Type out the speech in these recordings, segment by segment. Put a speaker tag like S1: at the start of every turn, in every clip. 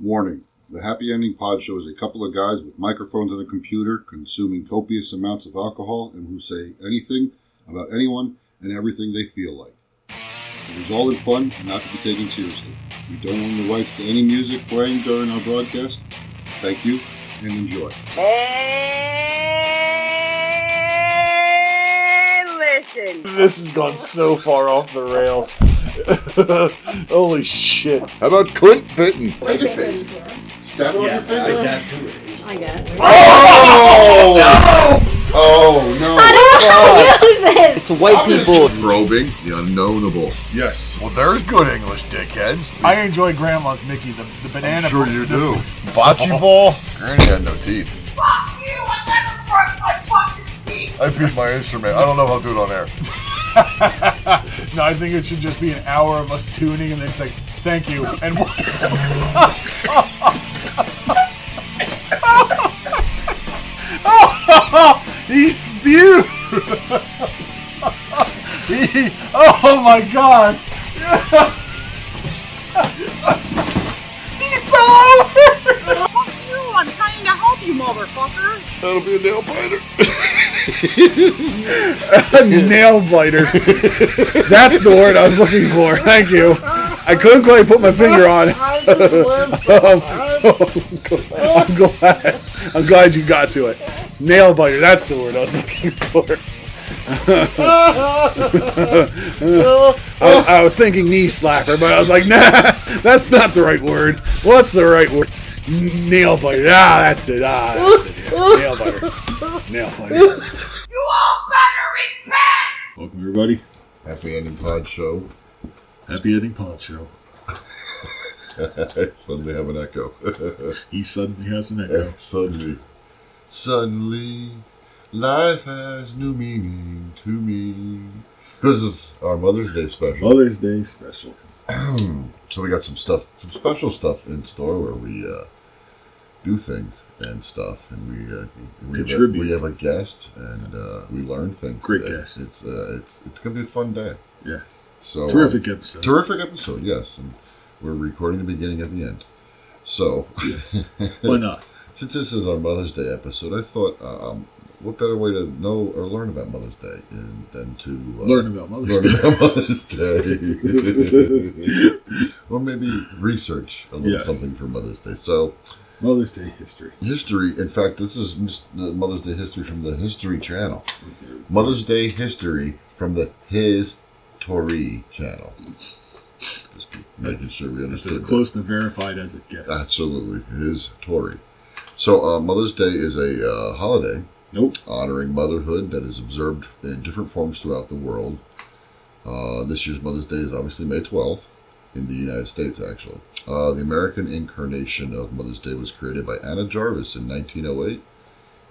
S1: Warning The Happy Ending Pod Show is a couple of guys with microphones and a computer consuming copious amounts of alcohol and who say anything about anyone and everything they feel like. It is all in fun and not to be taken seriously. We don't own the rights to any music playing during our broadcast. Thank you and enjoy.
S2: And listen.
S3: This has gone so far off the rails. Holy shit.
S1: How about Clint Bitten? Finger taste. Stab it on your
S4: I
S1: finger.
S4: got to it.
S5: I guess.
S1: Oh! Oh no! Oh,
S5: What
S6: It's white people.
S1: Probing the unknownable.
S3: Yes.
S7: Well, there's good English, dickheads.
S3: I enjoy Grandma's Mickey, the, the
S7: I'm
S3: banana.
S7: sure you do. Bocce ball? Granny had no teeth.
S2: Fuck you! I never broke my fucking teeth.
S7: I beat my instrument. I don't know if I'll do it on air.
S3: No, I think it should just be an hour of us tuning and then it's like, thank you. And he spewed. he, oh my god.
S2: Fuck you! I'm trying to help you, motherfucker.
S1: That'll be a nail biter.
S3: A nail biter. That's the word I was looking for. Thank you. I couldn't quite put my finger on it. Um, so I'm glad, I'm glad. I'm glad you got to it. Nail biter. That's the word I was looking for. I, I was thinking knee slapper, but I was like, nah, that's not the right word. What's the right word? N- Nail biter. Ah, that's it. Ah, that's it. Yeah. Nail biter. Nail biter.
S2: You all better repent.
S4: Welcome everybody.
S1: Happy Ending Pod Show.
S4: Happy ending pod show.
S1: Suddenly have an echo.
S4: He suddenly has an echo.
S1: Suddenly. Suddenly. Life has new meaning to me. Because it's our Mother's Day special.
S4: Mother's Day special.
S1: So we got some stuff, some special stuff in store where we uh, do things and stuff, and we uh, we, have a,
S4: Contribute.
S1: we have a guest, and uh, we learn things.
S4: Great
S1: today.
S4: guest.
S1: It's uh, it's it's gonna be a fun day.
S4: Yeah.
S1: So
S4: Terrific
S1: uh,
S4: episode.
S1: terrific episode. Yes, and we're recording the beginning at the end. So
S4: yes. Why not?
S1: since this is our Mother's Day episode, I thought, uh, um, what better way to know or learn about Mother's Day and, than to uh,
S4: Learn about Mother's
S1: learn
S4: Day.
S1: about Mother's Day. or maybe research a little
S4: Yes.
S1: something for Mother's Day. So,
S4: Mother's Day history.
S1: history, in fact, this is mis- the Mother's Day history from the History Channel. Mother's Day history from the His Tory Channel. Just making
S4: That's-
S1: sure we
S4: It's
S1: understood
S4: as
S1: that.
S4: close to verified as it gets.
S1: Absolutely. His Tory. So, uh, Mother's Day is a uh, holiday
S4: nope.
S1: honoring motherhood that is observed in different forms throughout the world. Uh, this year's Mother's Day is obviously May 12th in the United States, actually. Uh, the American incarnation of Mother's Day was created by Anna Jarvis in 1908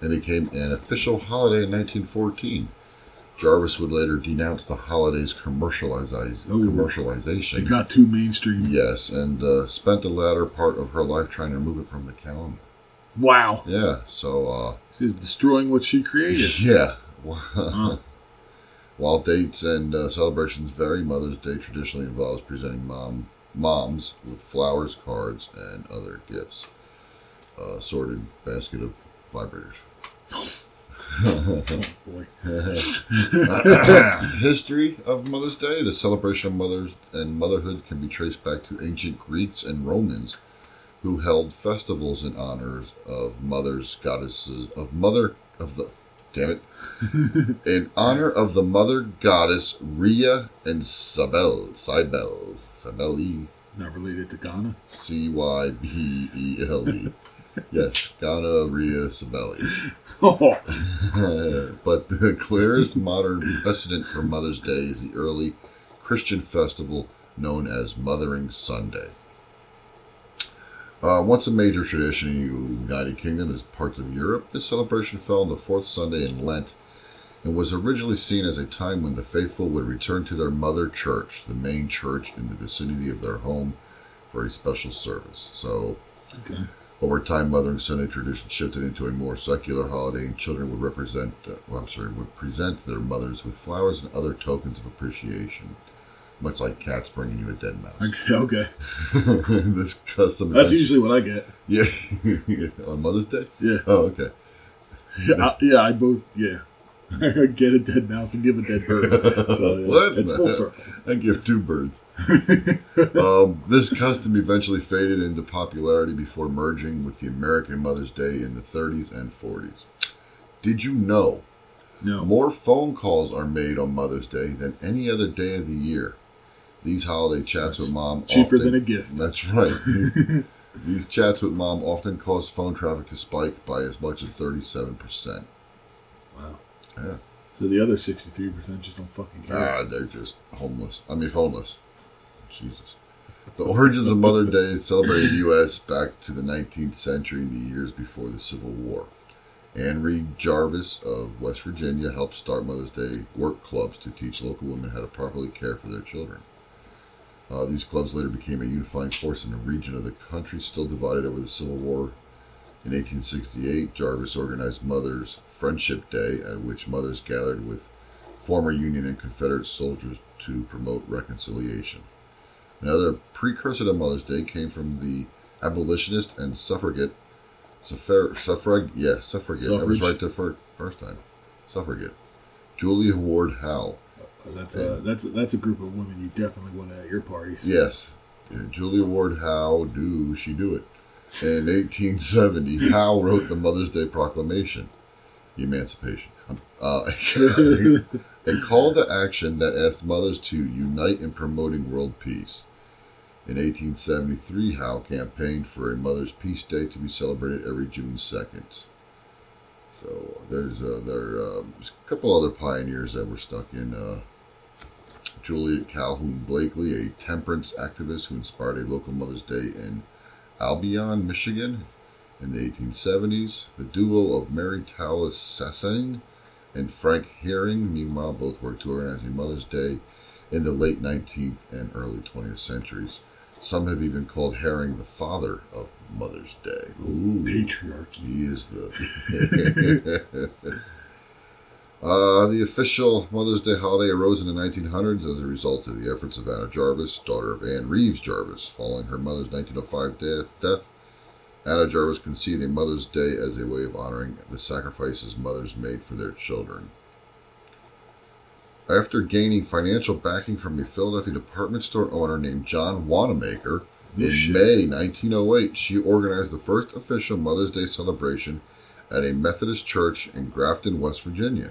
S1: and became an official holiday in 1914. Jarvis would later denounce the holiday's commercialize-
S4: Oh.
S1: commercialization.
S4: It got too mainstream.
S1: yes, and uh, spent the latter part of her life trying to remove it from the calendar.
S4: Wow.
S1: Yeah, so uh,
S4: She's destroying what she created.
S1: Yeah.
S4: Huh.
S1: While dates and uh, celebrations vary, Mother's Day traditionally involves presenting mom moms with flowers, cards, and other gifts. A sorted basket of vibrators.
S4: Oh, boy.
S1: History of Mother's Day. The celebration of mothers and motherhood can be traced back to ancient Greeks and Romans who held festivals in honors of mothers, goddesses of mother of the damn it. in honor of the mother goddess Rhea and Sabel Cybele. Cybele
S4: Not related to Ghana.
S1: C Y B E L E. Yes, gonorrhea Sabelli
S4: Oh,
S1: but the clearest modern precedent for Mother's Day is the early Christian festival known as Mothering Sunday. Uh, once a major tradition in the United Kingdom as parts of Europe, this celebration fell on the fourth Sunday in Lent and was originally seen as a time when the faithful would return to their mother church, the main church in the vicinity of their home, for a special service. So,
S4: Okay.
S1: over time, Mothering Sunday tradition shifted into a more secular holiday, and children would represent, uh, well, I'm sorry, would present their mothers with flowers and other tokens of appreciation. much like cats bringing you a dead mouse.
S4: Okay. okay.
S1: this custom.
S4: That's
S1: adventure-
S4: usually what I get.
S1: yeah. on Mother's Day.
S4: Yeah.
S1: Oh, okay.
S4: Yeah, I, yeah, I both. Yeah, I get a dead mouse and give a dead bird. So yeah,
S1: Well, that's
S4: it's
S1: not-
S4: full circle.
S1: I give two birds. um, this custom eventually faded into popularity before merging with the American Mother's Day in the 30s and 40s. Did you know
S4: No,
S1: more phone calls are made on Mother's Day than any other day of the year? These holiday chats with mom
S4: cheaper
S1: often-
S4: than a gift.
S1: That's right. These chats with mom often cause phone traffic to spike by as much as 37%.
S4: Wow.
S1: Yeah.
S4: So the other sixty-three percent just don't fucking care.
S1: Ah, they're just homeless. I mean, phoneless. Jesus. The origins of Mother Day is celebrated in the U.S. back to the 19th century and the years before the Civil War. Anne Reed Jarvis of West Virginia helped start Mother's Day work clubs to teach local women how to properly care for their children. Uh, these clubs later became a unifying force in a region of the country still divided over the Civil War. In 1868, Jarvis organized Mother's Friendship Day, at which mothers gathered with former Union and Confederate soldiers to promote reconciliation. Another precursor to Mother's Day came from the abolitionist and suffragette, suffra- suffrag, yeah, suffragette. I was
S4: Suffrage.
S1: right the fir- first time, suffragette. Julia Ward Howe.
S4: That's a that's a, that's a group of women you definitely want at your parties.
S1: Yes, Yeah, Julia Ward Howe. Do she do it? In 1870, Howe wrote the Mother's Day Proclamation, the Emancipation, um, uh, and called to action that asked mothers to unite in promoting world peace. In 1873, Howe campaigned for a Mother's Peace Day to be celebrated every June 2nd. So there's uh, there um, there's a couple other pioneers that were stuck in uh, Juliet Calhoun Blakely, a temperance activist who inspired a local Mother's Day in Albion, Michigan in the 1870s. The duo of Mary Tallis Sassang and Frank Herring, meanwhile, both worked to organize a Mother's Day in the late 19th and early 20th centuries. Some have even called Herring the father of Mother's Day. Ooh.
S4: Patriarchy.
S1: He is the. uh, the official Mother's Day holiday arose in the 1900s as a result of the efforts of Anna Jarvis, daughter of Anne Reeves Jarvis. Following her mother's 1905 death, death Anna Jarvis conceived a Mother's Day as a way of honoring the sacrifices mothers made for their children. After gaining financial backing from a Philadelphia department store owner named John Wanamaker, in May 1908, she organized the first official Mother's Day celebration at a Methodist church in Grafton, West Virginia.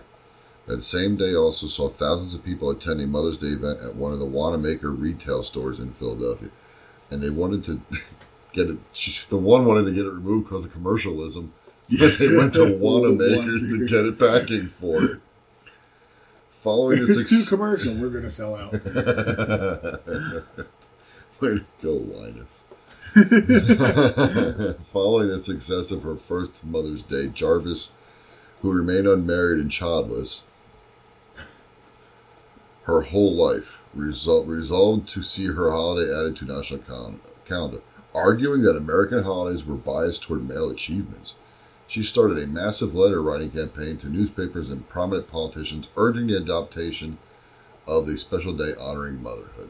S1: That same day also saw thousands of people attend a Mother's Day event at one of the Wanamaker retail stores in Philadelphia. And they wanted to get it, the one wanted to get it removed because of commercialism, but they went to Wanamaker's to get it backing for it. Following the
S4: It's
S1: success.
S4: too commercial. We're gonna sell out.
S1: Way to go, Linus. Following the success of her first Mother's Day, Jarvis, who remained unmarried and childless her whole life, resol- resolved to see her holiday added to national cal- calendar, arguing that American holidays were biased toward male achievements. She started a massive letter writing campaign to newspapers and prominent politicians urging the adoption of a special day honoring motherhood.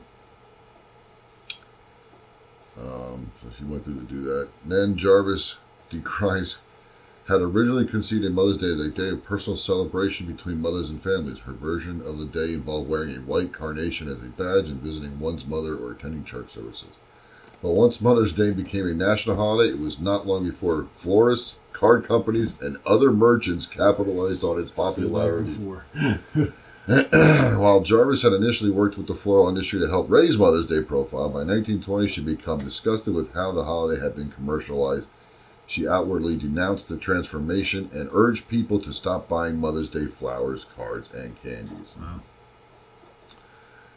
S1: Um, so she went through to do that. Then Jarvis decries had originally conceived a Mother's Day as a day of personal celebration between mothers and families. Her version of the day involved wearing a white carnation as a badge and visiting one's mother or attending church services. But once Mother's Day became a national holiday, it was not long before florists, card companies, and other merchants capitalized on its popularity.
S4: Before.
S1: While Jarvis had initially worked with the floral industry to help raise Mother's Day profile, by 1920 she had become disgusted with how the holiday had been commercialized. She outwardly denounced the transformation and urged people to stop buying Mother's Day flowers, cards, and candies.
S4: Wow.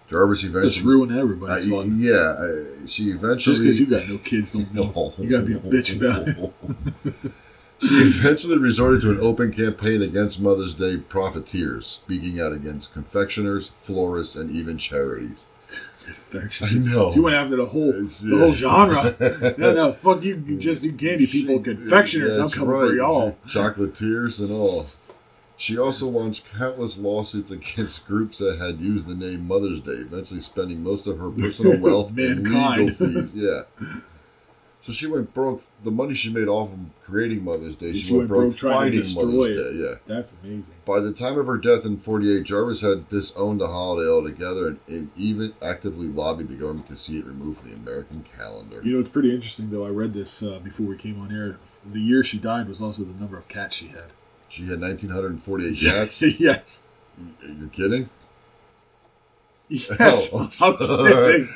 S1: Jarvis
S4: Just
S1: eventually.
S4: ruin everybody's
S1: Uh,
S4: fun.
S1: yeah, uh, she eventually.
S4: Just because you got no kids, don't know. You gotta be a bitch about it.
S1: she eventually resorted to an open campaign against Mother's Day profiteers, speaking out against confectioners, florists, and even charities.
S4: Perfection.
S1: I know.
S4: You went after the whole
S1: It's,
S4: the whole
S1: yeah.
S4: genre. no, no, fuck you. You just do candy people, confectioners. I'm
S1: That's
S4: coming for
S1: right.
S4: y'all.
S1: Chocolatiers and all. She also launched countless lawsuits against groups that had used the name Mother's Day, eventually spending most of her personal wealth in legal
S4: Mankind.
S1: fees. Yeah. So she went broke. The money she made off of creating Mother's Day, she, went, broke,
S4: trying to
S1: fighting Mother's
S4: destroy
S1: Day. Yeah.
S4: That's amazing.
S1: By the time of her death in 48, Jarvis had disowned the holiday altogether and, and even actively lobbied the government to see it removed from the American calendar.
S4: You know, it's pretty interesting, though. I read this uh, before we came on air. The year she died was also the number of cats she had.
S1: She had 1,948 cats.
S4: yes.
S1: You're kidding?
S4: Yes.
S1: Oh, I'm
S4: I'm kidding.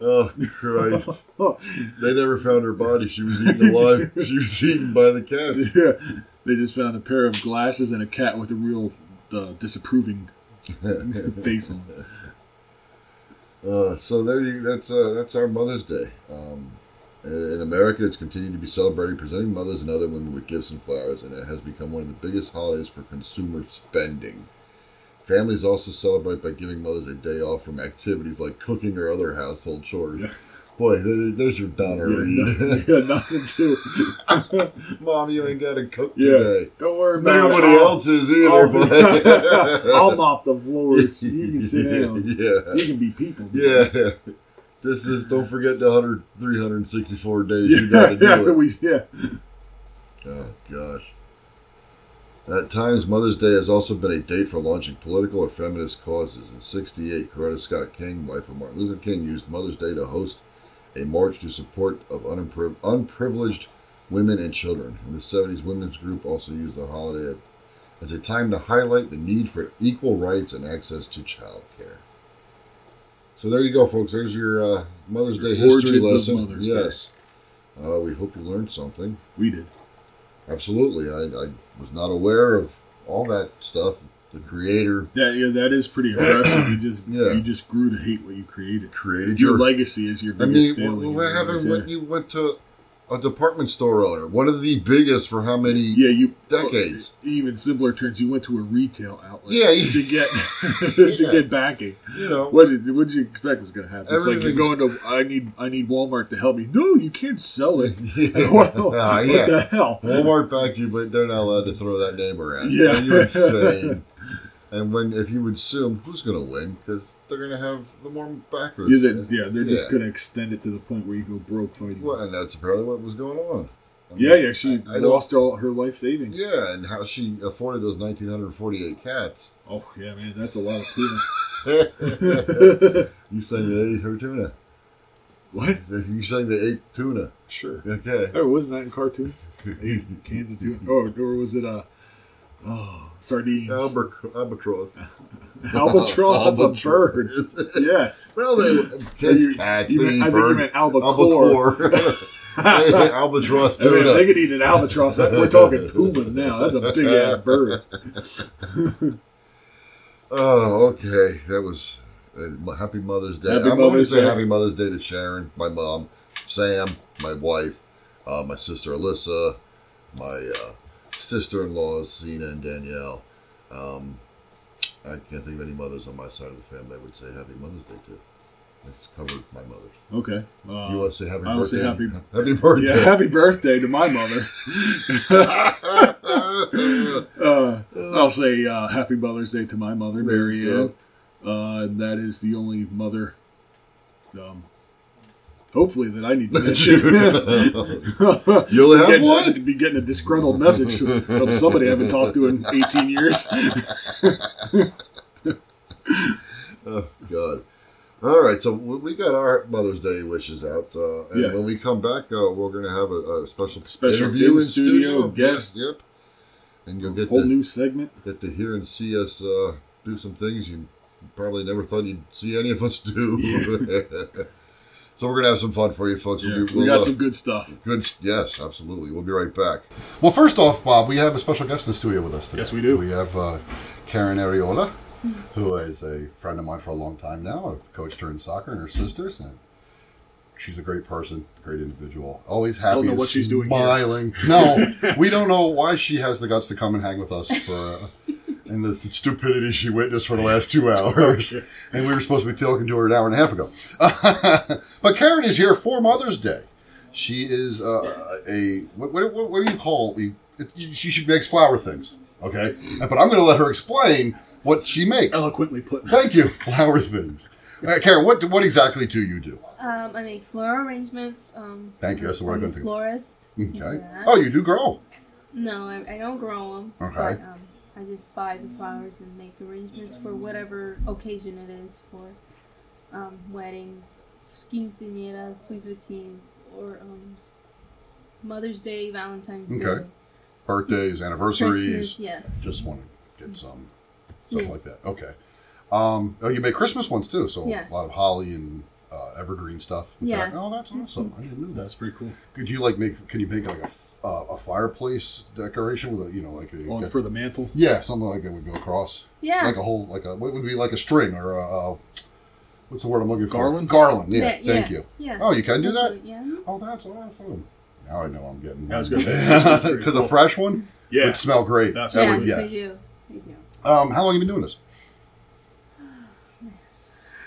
S1: Oh, Christ.
S4: Oh.
S1: They never found her body. She was eaten alive. She was eaten by the cats.
S4: Yeah. They just found a pair of glasses and a cat with a real uh, disapproving face on it.
S1: Uh, so there you. That's uh, that's our Mother's Day. Um, in America, it's continued to be celebrated, presenting mothers and other women with gifts and flowers, and it has become one of the biggest holidays for consumer spending. Families also celebrate by giving mothers a day off from activities like cooking or other household chores. Boy, there, there's your Donna Reed.
S4: Yeah, nothing to
S1: Mom, you ain't got to cook
S4: Yeah.
S1: today.
S4: Don't worry about it.
S1: Nobody
S4: I'll-
S1: else is either, but
S4: I'll, I'll mop the floors. You can sit down.
S1: Yeah.
S4: You can be people.
S1: Yeah. This is don't forget the 100, 364 days you
S4: Yeah,
S1: got to
S4: yeah,
S1: do it.
S4: we, yeah.
S1: Oh gosh. At times, Mother's Day has also been a date for launching political or feminist causes. In '68, Coretta Scott King, wife of Martin Luther King, used Mother's Day to host a march to support of unimpri- unprivileged women and children. In the '70s, women's group also used the holiday as a time to highlight the need for equal rights and access to child care. So there you go, folks. There's your uh, Mother's Day history
S4: Origins of
S1: lesson.
S4: Mother's Day.
S1: yes. Uh, we hope you learned something.
S4: We did.
S1: Absolutely. I, I was not aware of all that stuff. The creator
S4: That yeah, that is pretty impressive. You just
S1: Yeah.
S4: you just grew to hate what you created.
S1: created
S4: Your
S1: your.
S4: legacy is your
S1: I
S4: biggest
S1: mean,
S4: failing.
S1: what,
S4: in
S1: what
S4: your life,
S1: happened
S4: yeah.
S1: when you went to a department store owner? One of the biggest for how many?
S4: yeah, you
S1: Decades.
S4: well, even simpler terms, you went to a retail outlet.
S1: Yeah, you-
S4: to get to
S1: Yeah.
S4: get backing.
S1: You know,
S4: What did what did you expect was going to happen? It's like you're
S1: Everything's-
S4: going to I need I need Walmart to help me. No, you can't sell it.
S1: Ah,
S4: Well,
S1: yeah.
S4: What the hell?
S1: Walmart backed you, but they're not allowed to throw that name around.
S4: Yeah.
S1: Are you insane? and when if you would assume who's going to win because they're going to have the more backers.
S4: Yeah, they- yeah, they're just
S1: Yeah.
S4: going to extend it to the point where you go broke fighting.
S1: Well, and that's apparently what was going on. I mean,
S4: yeah, yeah, she
S1: I- I don't-
S4: lost all her life savings.
S1: Yeah, and how she afforded those 1948 cats.
S4: Oh yeah, man, that's a lot of tuna.
S1: You sang they ate her tuna.
S4: what?
S1: You sang they ate tuna.
S4: Sure.
S1: Okay.
S4: Oh, wasn't that in cartoons? Eight cans of tuna. Oh, or was it uh, oh, sardines?
S1: Albac- albatross.
S4: Albatross. That's a bird. yes.
S1: Well, they kids,
S4: You-
S1: cats.
S4: you
S1: they
S4: meant-
S1: eat
S4: I think you
S1: bird.
S4: meant albacore.
S1: Albacore. They ate albatross
S4: I mean, if they
S1: tuna.
S4: could eat an albatross. that- We're talking pumas now. That's a big ass bird.
S1: Oh, okay. That was uh, Happy Mother's Day.
S4: Happy
S1: I'm going to
S4: Mother's
S1: say
S4: Day.
S1: Happy Mother's Day to Sharon, my mom, Sam, my wife, uh, my sister Alyssa, my uh, sister-in-laws Zena and Danielle. Um, I can't think of any mothers on my side of the family I would say Happy Mother's Day to. That's covered my mother.
S4: Okay. Uh,
S1: You want to say happy
S4: I
S1: birthday?
S4: would say happy-
S1: birthday.
S4: yeah. Happy birthday to my mother. Uh, I'll say uh, Happy Mother's Day to my mother,
S1: There
S4: Mary
S1: you
S4: Ann. Uh, and that is the only mother, um, hopefully, that I need to mention.
S1: You'll have
S4: Getting-
S1: one?
S4: I'd be getting a disgruntled message from somebody I haven't talked to in 18 years.
S1: Oh, God. All right, so we we got our Mother's Day wishes out, uh, and
S4: Yes.
S1: when we come back, uh, we're going to have a, a special
S4: Special
S1: interview in
S4: in-studio
S1: studio
S4: guest.
S1: Yep, and you'll get
S4: Whole
S1: to
S4: new segment.
S1: get to hear and see us uh, do some things you probably never thought you'd see any of us do. so we're going to have some fun for you, folks.
S4: Yeah,
S1: We'll be-
S4: we
S1: we'll,
S4: got
S1: uh,
S4: some good stuff.
S1: Good. Yes, absolutely. We'll be right back. Well, first off, Bob, we have a special guest in the studio with us today.
S4: Yes, we do.
S1: We have uh, Karen Ariola, who is a friend of mine for a long time now. I've coached her in soccer and her sisters, and she's a great person, great individual. Always happy.
S4: Don't know
S1: and
S4: what she's doing here.
S1: Smiling. No, we don't know why she has the guts to come and hang with us for. Uh, and the stupidity she witnessed for the last two hours. And we were supposed to be talking to her an hour and a half ago. but Karen is here for Mother's Day. She is uh, a what, what, what, what do you call me? She she makes flower things, okay? But I'm going to let her explain what she makes.
S4: Eloquently put.
S1: Thank you, flower things. All right, Karen, what what exactly do you do?
S5: Um, I make floral arrangements. Um,
S1: Thank you, that's the word I
S5: I'm a
S1: couldn't think of.
S5: florist. things like
S1: Okay.
S5: that.
S1: Oh, you do grow.
S5: No, I, I don't grow them.
S1: Okay.
S5: But, um, I just buy the flowers and make arrangements for whatever occasion it is for um, weddings, quinceañeras, sweet routines, or um, Mother's Day, Valentine's
S1: Okay.
S5: Day,
S1: Birthdays,
S5: Christmas.
S1: anniversaries.
S5: Yes.
S1: Just want to get some stuff
S5: Yeah.
S1: like that. Okay. Um, oh, you make Christmas ones too, so
S5: Yes.
S1: a lot of holly and uh, evergreen stuff. Okay.
S5: Yes. Mm-hmm.
S1: Oh, that's awesome. I didn't know that.
S4: That's pretty cool.
S1: Could you like make? Can you make like a, f- uh, a fireplace decoration with a you know like a
S4: On for the mantle.
S1: yeah something like that would go across
S5: Yeah.
S1: like a whole like a what would be like a string or a, uh what's the word I'm looking
S4: Garland?
S1: for garland yeah,
S5: Yeah,
S1: thank
S5: yeah,
S1: you
S5: Yeah.
S1: oh you can do that
S5: Yeah.
S1: oh that's awesome now I know I'm getting
S4: I was
S1: one.
S4: gonna say, that's pretty
S1: because a
S4: cool.
S1: fresh one
S4: Yeah.
S1: would smell great
S4: That's
S1: That
S5: Yes,
S1: would-
S5: they
S1: yeah.
S5: do. They do.
S1: um how long you been doing this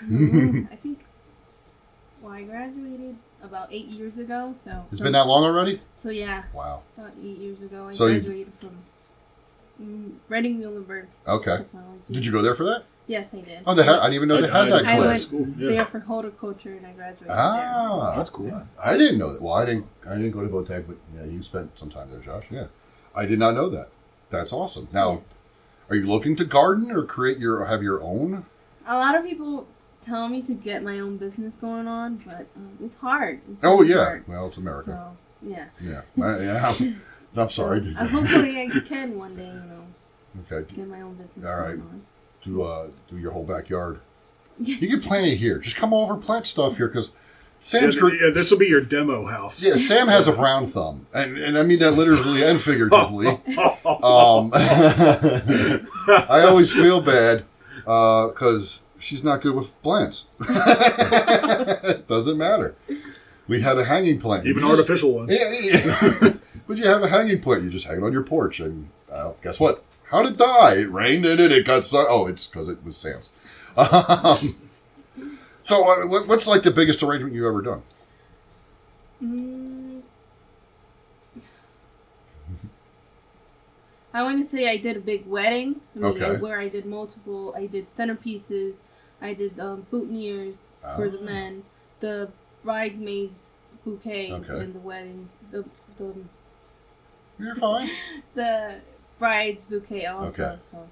S5: Mhm. I think. Well, I graduated about eight years ago, so.
S1: It's been that long already
S5: So yeah,
S1: wow
S5: about eight years ago, I
S1: So you-
S5: graduated from mm, Reading Muhlenberg
S1: okay
S5: Technology.
S1: did you go there for that
S5: Yes, I did.
S1: oh they had I didn't even know they
S4: I-
S1: had that
S4: go
S5: I
S4: to
S5: went
S1: class
S4: school, yeah.
S5: there for horticulture, and I graduated
S1: ah
S4: That's cool.
S1: I didn't know that. Well, I didn't. I didn't go to Votech, but yeah, you spent some time there, Josh. Yeah, I did not know that. That's awesome. Now, are you looking to garden or create your or have your own?
S5: there. A lot of people tell me to get my own business going on, but um, it's hard. It's
S1: Oh
S5: really
S1: yeah.
S5: hard.
S1: Well, it's America.
S5: So yeah.
S1: Yeah. I, yeah. I'm- I'm sorry.
S5: So, uh, hopefully, I can one day, you know,
S1: Okay.
S5: get my own business
S1: All right.
S5: going on.
S1: Do uh, do your whole backyard. You can plant it here. Just come over and plant stuff here because Sam's
S4: Yeah,
S1: gr-
S4: yeah, this will be your demo house.
S1: Yeah, Sam has a brown thumb, and, and I mean that literally and figuratively. um, I always feel bad because she's not good with plants. it doesn't matter. We had a hanging plant.
S4: Even
S1: You just-
S4: artificial ones.
S1: Yeah, yeah, yeah. but you have a hanging plant. You just hang it on your porch, and uh, guess what? How'd it die? It rained in it. It got sun. Oh, it's because it was Sam's. Um, so, uh, what- what's like the biggest arrangement you've ever done?
S5: Mm. I want to say I did a big wedding. I mean, I-
S1: Okay.
S5: where I did multiple. I did centerpieces. I did um, boutonnieres for
S1: Oh.
S5: the men, the bridesmaids bouquets
S1: Okay.
S5: in the wedding, the the,
S1: You're fine.
S5: the bride's bouquet also.
S1: Okay.
S5: So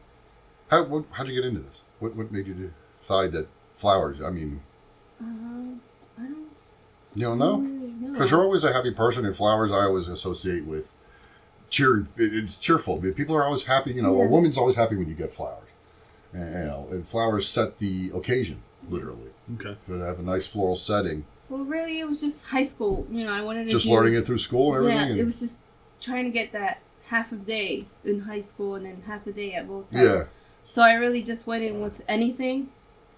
S1: How what, how'd you get into this? What what made you decide that flowers? I mean,
S5: um, I don't
S1: you don't know
S5: really
S1: because
S5: know.
S1: you're always a happy person, and flowers I always associate with cheer. it- It's cheerful. I mean, People are always happy. You know, a
S5: Yeah.
S1: woman's always happy when you get flowers. And, you know, and flowers set the occasion literally.
S4: Okay.
S1: To have a nice floral setting.
S5: Well, really, it was just high school. You know, I wanted to
S1: Just
S5: do-
S1: learning it through school and
S5: Yeah,
S1: everything.
S5: it
S1: and-
S5: was just trying to get that half a day in high school and then half a day at Voltaire.
S1: yeah.
S5: So I really just went in with anything.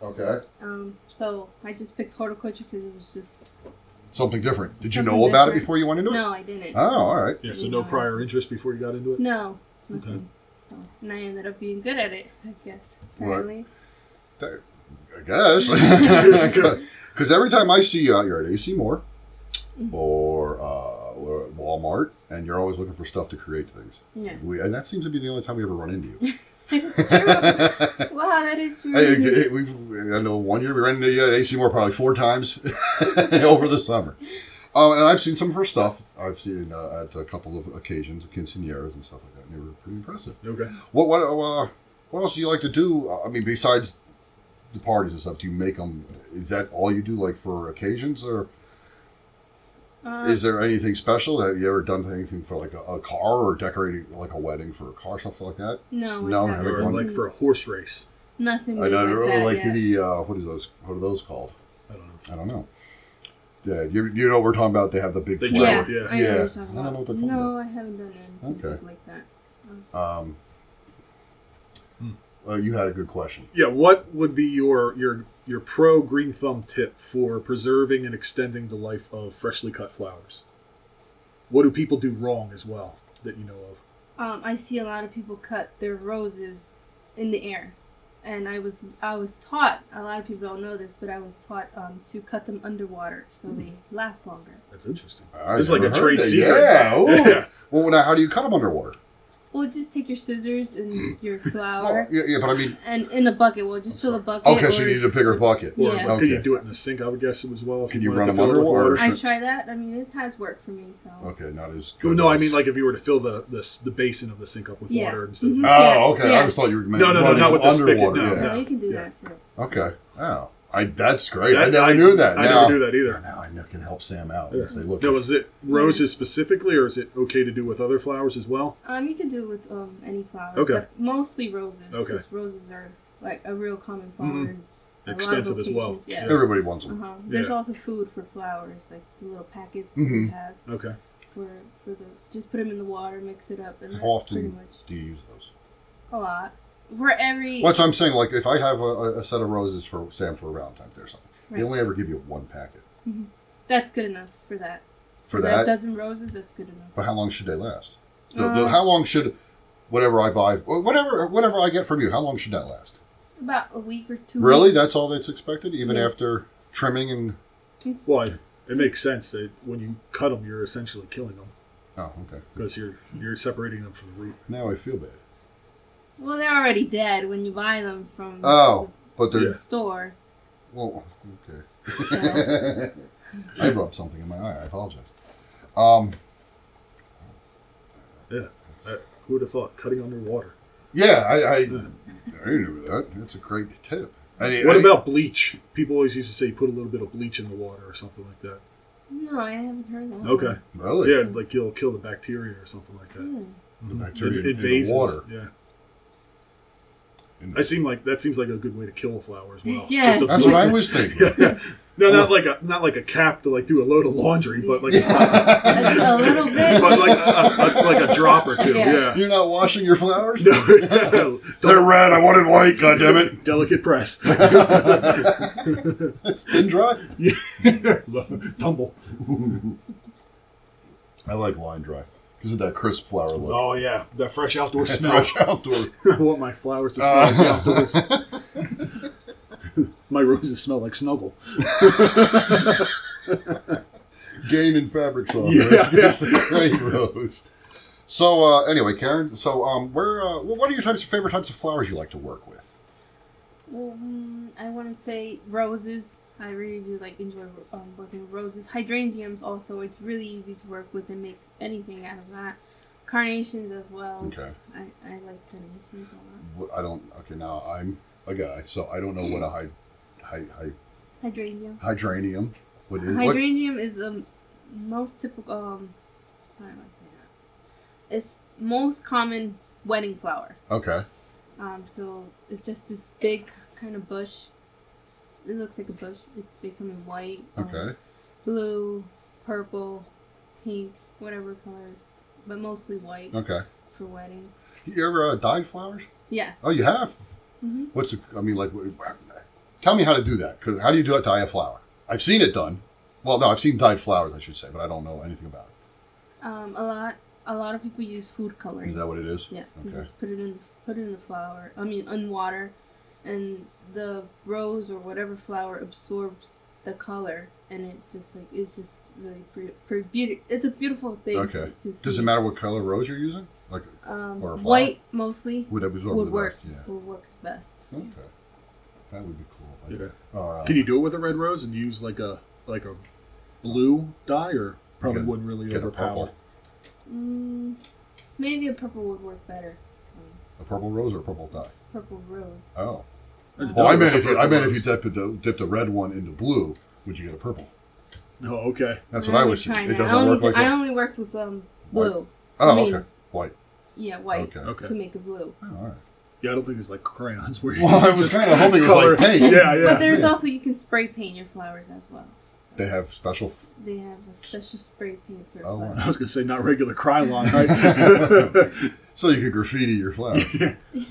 S1: Okay.
S5: Um, so I just picked horticulture because it was just
S1: Something different. Did you
S5: Something
S1: know about it
S5: different.
S1: before you went into it?
S5: no, I didn't.
S1: Oh, all right.
S4: Yeah, so no prior interest before you got into it?
S5: No.
S4: Okay.
S5: nothing. No. And I ended up being good at it, I guess.
S1: Right.
S5: Apparently.
S1: I guess. Because every time I see you out, you're at AC Moore or uh, or Walmart, and you're always looking for stuff to create things.
S5: Yes.
S1: We, and that seems to be the only time we ever run into you.
S5: it's true. wow, that is true.
S1: Hey, hey, we've, I know one year we ran into you at AC Moore probably four times over the summer. Um, and I've seen some of her stuff. I've seen uh, at a couple of occasions, quinceañeras and stuff like that, and they were pretty impressive.
S4: Okay.
S1: What what uh, what else do you like to do? Uh, I mean, besides the parties and stuff, do you make them? Is that all you do, like for occasions, or
S5: Uh,
S1: is there anything special? Have you ever done anything for like a, a car or decorating like a wedding for a car, stuff like that?
S5: no,
S1: No,
S5: no,
S1: I haven't
S4: Or
S1: gone-
S4: like for a horse race.
S5: nothing.
S1: I
S5: big
S1: don't
S5: like
S1: know,
S5: that
S1: like
S5: yet.
S1: the uh, what is those? What are those called?
S4: I don't know.
S1: I don't know. Yeah, you, you know what we're talking about. They have the big
S4: Big
S5: yeah,
S1: flower.
S4: yeah.
S5: I know
S1: Yeah.
S5: what you're talking
S1: I don't
S5: about.
S1: know what they're called,
S5: no, I haven't done anything
S1: Okay.
S5: like that.
S1: Um,
S4: Hmm.
S1: uh, you had a good question.
S4: Yeah, what would be your your your pro green thumb tip for preserving and extending the life of freshly cut flowers? What do people do wrong as well that you know of?
S5: Um, I see a lot of people cut their roses in the air. and I was I was taught a lot of people don't know this, but I was taught um, to cut them underwater so they last longer.
S4: That's interesting.
S1: I
S4: It's like
S1: never
S4: a
S1: heard
S4: trade
S1: that.
S4: secret.
S1: Yeah. ooh.
S4: Yeah.
S1: Well, now, how do you cut them underwater?
S5: Well, just take your scissors and your
S1: Oh,
S5: flour,
S1: yeah, yeah, but I mean,
S5: and in a bucket. Well, just fill the bucket.
S1: okay, so
S5: or-
S1: you need a bigger bucket.
S4: Or
S5: Yeah.
S4: like, could you
S1: Okay.
S4: do it in a sink? I would guess as well. If
S1: Can you
S4: wanted
S1: run
S4: to
S1: them
S4: fill it with
S1: underwater?
S4: water.
S5: I've tried that. I mean, it has worked for me. So
S1: Okay, not as
S4: Well,
S1: good
S4: no, I
S1: as-
S4: mean like if you were to fill the the, s- the basin of the sink up with
S5: Yeah.
S4: water instead.
S5: Mhm.
S4: Of,
S5: Yeah,
S1: Oh, okay. I
S5: yeah.
S1: always thought you were
S4: No, no, no,
S1: running
S4: not with the spigot,
S1: underwater,
S4: no,
S5: no,
S1: yeah.
S5: you can do
S4: Yeah.
S5: that too.
S1: Okay. Wow. I that's great. I
S4: That-
S1: never knew that.
S4: I
S1: now,
S4: never knew that either.
S1: Now I know- can help Sam out
S4: Yeah.
S1: and say, look,
S4: Now, is it roses specifically, or is it okay to do with other flowers as well?
S5: Um, you can do it with um any flower.
S4: Okay.
S5: But mostly roses.
S4: Okay.
S5: Because roses are like a real common flower.
S4: Mhm.
S5: in a lot of
S4: Expensive as well.
S5: locations, Yeah.
S1: everybody wants them.
S5: Uh-huh. There's
S4: Yeah.
S5: also food for flowers, like the little packets that you
S1: Mhm.
S5: have
S4: Okay.
S5: for for the just put them in the water, mix it up, and
S1: How
S5: that's pretty
S1: often
S5: much
S1: do you use those?
S5: a lot for every.
S1: Well, that's what I'm saying. Like, if I have a, a set of roses for Sam for Valentine's Day or something,
S5: Right.
S1: they only ever give you one packet.
S5: That's good enough for that.
S1: For that,
S5: dozen roses, that's good enough.
S1: but how long should they last? The,
S5: Um,
S1: the, how long should whatever I buy, or whatever whatever I get from you, how long should that last?
S5: About a week or two.
S1: Really,
S5: weeks.
S1: that's all that's expected, even
S5: Yeah.
S1: after trimming and
S4: Well, it- it makes sense that when you cut them, you're essentially killing them
S1: oh, okay.
S4: because you're you're separating them from the root.
S1: Now I feel bad.
S5: well, they're already dead when you buy them from
S1: Oh, but they're
S5: the store.
S1: Well, okay.
S5: So.
S1: I rubbed something in my eye. I apologize. Um,
S4: Who would have thought cutting underwater?
S1: yeah, I, I, I knew that. That's a great tip. I, I-
S4: What about bleach? People always used to say you put a little bit of bleach in the water or something like that.
S5: no, I haven't heard that.
S4: Okay.
S1: really?
S4: Yeah, like you'll kill the bacteria or something like that. Mm-hmm.
S5: Hmm.
S1: The bacteria in, in the
S4: vases,
S1: water.
S4: Yeah.
S1: In-
S4: I seem like that seems like a good way to kill a flower as well.
S5: Yes.
S4: Just a
S1: That's what I was thinking.
S4: No, not like a not like a cap to like do a load of laundry, but like a,
S5: That's a little bit.
S4: but like a, a, like a drop or two.
S5: Yeah.
S4: Yeah.
S1: You're not washing your flowers?
S4: No,
S1: They're red. I wanted white. God damn it!
S4: Delicate press.
S1: Spin dry.
S4: Tumble.
S1: I like line dry because of that crisp flower look.
S4: Oh yeah, that fresh outdoor
S1: That
S4: smell.
S1: Fresh Oh. outdoor.
S4: I want my flowers to smell like the outdoors. my roses smell like snuggle.
S1: gain in fabric sauce.
S4: Yeah,
S1: right?
S4: yeah.
S1: It's a great rose. So uh, anyway, Karen. So um, where? Uh, what are your types of favorite types of flowers you like to work with?
S5: Well, mm, I want to say roses. I really do like enjoy um, working with roses. Hydrangeas also. It's really easy to work with and make anything out of that. Carnations as well.
S1: Okay,
S5: I, I like carnations a lot.
S1: What- I don't. Okay, now I'm a guy, so I don't know what a hy- hy- hy-
S5: Hydrangea.
S1: hydranium. What is what?
S5: Hydrangea is the most typical. Um, how do I say that? It's most common wedding flower.
S1: Okay,
S5: Um, so it's just this big kind of bush. It looks like a bush. It's they come in white. um,
S1: okay.
S5: blue, purple, pink, whatever color, but mostly white
S1: Okay.
S5: for weddings.
S1: You ever uh, dyed flowers?
S5: Yes.
S1: Oh, you have.
S5: Mhm.
S1: What's? the- I mean, like, what- tell me how to do that. 'cause how do you do it? Dye a flower? I've seen it done. Well, no, I've seen dyed flowers, I should say, but I don't know anything about
S5: Um, a lot, a lot of people use food
S1: it. Is
S5: coloring.
S1: that what it is?
S5: Yeah, you
S1: Okay.
S5: just put it in, put it in the flower. I mean, in water, and the rose or whatever flower absorbs the color, and it just like it's just really pretty. pretty beauti- it's a beautiful thing.
S1: Okay.
S5: to- to
S1: Does
S5: see.
S1: it matter what color rose you're using? Like,
S5: Um,
S1: or a flower?
S5: white mostly
S1: would that be
S5: would
S1: the
S5: work.
S1: best? Yeah.
S5: Would work best.
S1: Okay. That would be cool. if I
S4: Yeah.
S1: did. Or, uh,
S4: Can you do it with a red rose and use like a like a blue dye, or probably
S1: Get-
S4: wouldn't really
S1: get a
S4: overpower?
S1: purple,
S5: Mm, maybe a purple would work better.
S1: a purple rose or a purple dye?
S5: Purple rose.
S1: Oh.
S4: didn't
S1: Well,
S4: know
S1: I
S4: it was
S1: meant
S4: a
S1: if you, I
S4: purple
S1: meant if you
S4: rose.
S1: dipped the, dipped the red one into blue, would you get a purple?
S4: Oh, okay.
S1: That's what I
S5: only
S1: was.
S5: try
S1: saying. It
S5: now. I
S1: doesn't
S5: only,
S1: work like
S5: I
S1: that.
S5: only worked with um
S1: White.
S5: blue. I
S1: Oh,
S5: mean-
S1: okay. White.
S5: Yeah, white
S1: Okay.
S4: Okay.
S5: to make it blue.
S1: Oh, all right.
S4: Yeah, I don't think it's like crayons. Where you
S1: Well, I was
S4: just
S1: kinda hoping it was
S4: color-
S1: like paint.
S4: Yeah, yeah.
S5: but there's also you can spray paint your flowers as well.
S1: They have special. F-
S5: They have a special spray paint for
S1: Oh,
S5: flowers.
S4: I was gonna say not regular Krylon, right?
S1: so you could graffiti your flower.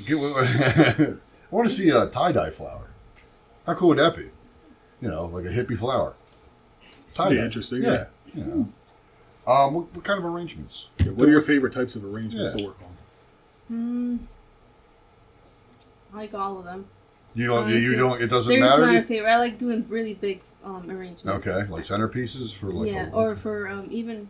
S1: Get what- I want to see a tie dye flower. How cool would that be? You know, like a hippie flower. Tie
S4: Be interesting, yeah.
S1: You know. Um, what, what kind of arrangements?
S4: what are your favorite types of arrangements
S1: Yeah.
S4: to work on?
S5: Hmm. I like all of them.
S1: You don't. you-
S5: Honestly.
S1: you don't. It doesn't
S5: They're just
S1: matter.
S5: not
S1: to
S5: my favorite. I like doing really big um,
S1: you?
S5: arrangements.
S1: Okay, like centerpieces for like.
S5: yeah,
S1: a-
S5: or for um, even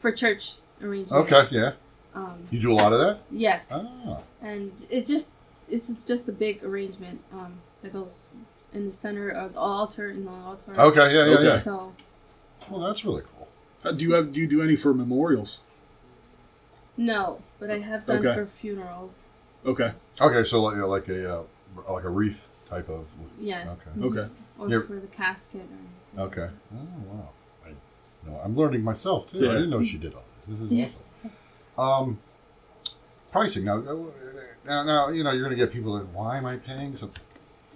S5: for church arrangements.
S1: okay, yeah.
S5: Um,
S1: You do a lot of that.
S5: yes,
S1: Ah,
S5: and it just it's, it's just a big arrangement um, that goes in the center of the altar in the altar.
S1: okay, yeah, yeah,
S4: Okay.
S1: yeah.
S5: So
S1: Well, that's really cool.
S4: Uh, Do you have? Do you do any for memorials?
S5: no, but I have done
S4: Okay.
S5: for funerals.
S4: Okay.
S1: Okay, so like you know, like a uh, like a wreath type of.
S5: Yes.
S1: Okay.
S5: Mhm.
S4: Okay.
S5: Or
S1: Yeah.
S5: for the casket. Or
S1: Okay. Oh wow. I, no, I'm learning myself too. I
S4: Yeah.
S1: didn't know she did all this. This is
S5: Yeah.
S1: awesome. Um, pricing now, uh, now. Now you know you're going to get people that why am I paying? So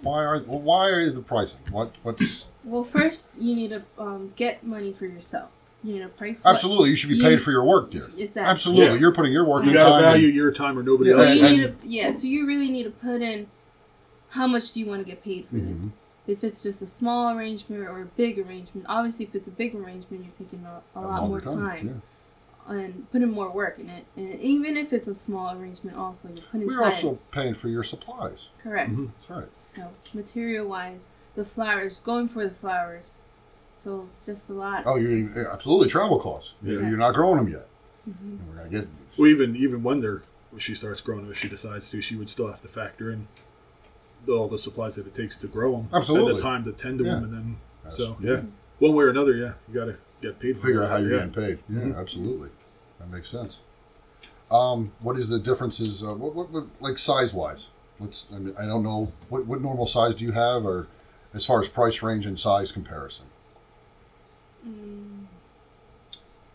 S1: why are well, why are the pricing? What what's
S5: Well, first you need to um, get money for yourself. You need a price. what-
S1: absolutely you should be paid for your work, dear.
S5: Exactly.
S1: Absolutely,
S4: Yeah.
S1: you're putting your work
S4: You
S1: and
S4: gotta
S1: time.
S4: value
S1: in.
S4: your time, or nobody
S1: Yeah,
S5: So
S4: else.
S5: you
S1: and-
S5: need to, yeah, so you really need to put in how much do you want to get paid for this? If it's just a small arrangement or a big arrangement, obviously if it's a big arrangement, you're taking a, a lot more
S1: longer
S5: time, and putting more work in it. And even if it's a small arrangement, also you're
S1: Yeah.
S5: putting
S1: We're
S5: time.
S1: also paying for your supplies.
S5: Correct.
S1: That's right.
S5: So material wise, the flowers going for the flowers. So it's just a lot.
S1: Oh, you absolutely travel costs. You-
S5: Yeah.
S1: You're not growing them yet.
S5: Mm-hmm.
S1: And we're gonna get
S4: Well, even even when they're when she starts growing, them, if she decides to, she would still have to factor in all the supplies that it takes to grow them. And
S1: Absolutely.
S4: the time to tend to
S1: Yeah.
S4: them, and then
S1: That's-
S4: so yeah, one way or another, yeah, you gotta get paid. for
S1: figure
S4: it.
S1: out how you're
S4: yeah.
S1: getting paid. Yeah,
S4: Mhm.
S1: absolutely. That makes sense. Um, what is the differences? Uh, what, what, what, like size wise? Let's. I, mean, I don't know what, what normal size do you have, or as far as price range and size comparison.
S5: Mm.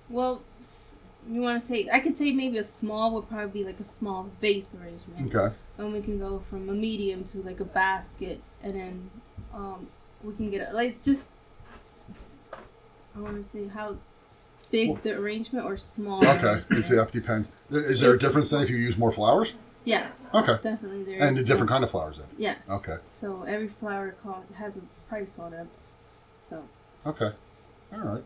S5: Well, s- you want to say I could say maybe a small would probably be like a small vase arrangement.
S1: Okay.
S5: and we can go from a medium to like a basket and then um we can get a, like it's just i want to see how big the arrangement or small
S1: Okay.
S5: arrangement
S1: It
S5: is.
S1: dep- depend. Is there a difference then if you use more flowers
S5: yes
S1: Okay.
S5: definitely there
S1: and
S5: is.
S1: a different kind of flowers then?
S5: yes
S1: Okay.
S5: so every flower co- has a price on it so
S1: Okay. All right.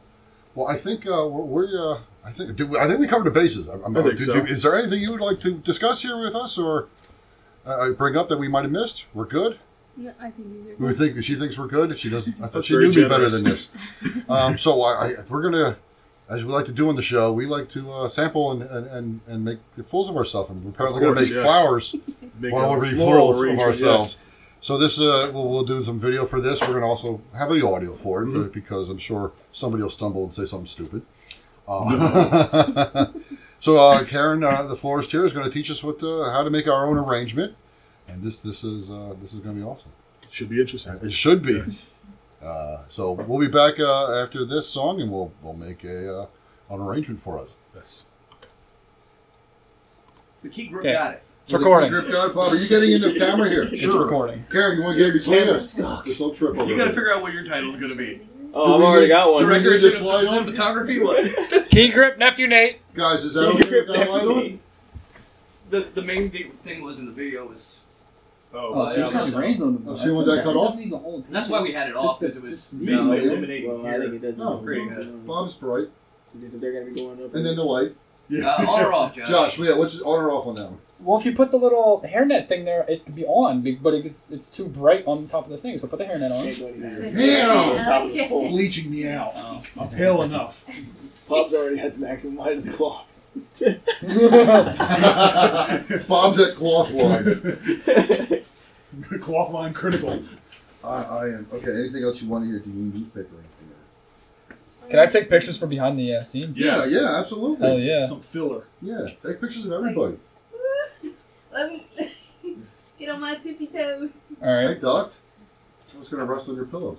S1: Well, I think uh, we're. we're, Uh, I think. Did we, I think we covered the bases. I'm, I'm,
S4: I think
S1: did
S4: so.
S1: you- is there anything you would like to discuss here with us, or uh, bring up that we might have missed? We're good.
S5: no, i think these are
S1: We
S5: good.
S1: think she thinks we're good. She does. I thought
S4: That's
S1: she
S4: very
S1: knew me better
S4: generous.
S1: than this. Um, so I, I, we're gonna, as we like to do on the show, we like to uh, sample and, and, and, and make fools of ourselves, and we're apparently gonna
S4: course,
S1: make
S4: yes.
S1: flowers
S4: Make
S1: while
S4: a
S1: we're making
S4: floral
S1: fools of
S4: arrangement,
S1: ourselves. So this, uh, we'll, we'll do some video for this. We're gonna also have the audio for it
S4: Mm-hmm.
S1: uh, because I'm sure somebody will stumble and say something stupid. Uh, so uh, Karen, uh, the florist here, is gonna teach us what uh, how to make our own arrangement, and this this is uh, this is gonna be awesome.
S4: Yes. Should be interesting.
S1: It should be. Uh, so we'll be back uh, after this song, and we'll we'll make a uh, an arrangement for us.
S4: Yes.
S8: The key group
S9: Okay.
S8: got it.
S9: It's recording.
S1: Grip guy, Bob, are you getting into the camera here?
S9: It's recording.
S1: Karen, you want to get between
S9: camera
S1: us? This whole trip over.
S8: You gotta figure out what your title's gonna be.
S9: Oh, I've already got
S8: The
S1: we
S9: one.
S1: Direct- do
S8: record
S1: the
S8: of
S1: slide on?
S8: cinematography? What?
S9: Key grip, nephew Nate.
S1: Guys, is that okay with that light on?
S8: the, the main thi- thing was in the video was.
S10: Uh,
S4: Oh,
S8: yeah, that's awesome.
S1: Oh, so you want that cut off?
S8: And that's why we had it off, because it was
S9: Just-
S8: basically
S9: No,
S8: eliminating
S10: Well, I think
S8: here.
S10: it doesn't.
S1: No.
S8: Creating a,
S1: Bob's bright,
S10: Because if they're gonna be going up.
S1: and then the light.
S8: uh, on or off, Josh?
S1: Josh, yeah, what's on or off on that one?
S9: Well, if you put the little hairnet thing there, it could be on, be- but it's it's too bright on top of the thing. So put the hairnet on.
S10: Everybody-
S1: Damn!
S10: Top of the pole.
S4: bleaching me out. I'm pale enough.
S10: Bob's already had the maximum height of the cloth.
S1: Bob's at cloth line.
S4: Cloth line critical.
S1: I, I am. Okay, anything else you want to hear? Do you need newspaper or anything?
S9: Can I take pictures from behind the uh, scenes?
S1: Yeah,
S4: Yes.
S1: yeah, absolutely.
S9: Hell yeah.
S4: Some filler.
S1: yeah, take pictures of everybody.
S5: let me get on my tippy toe
S9: All
S1: Hey,
S9: right.
S1: Doc. I was going to rest on your pillows.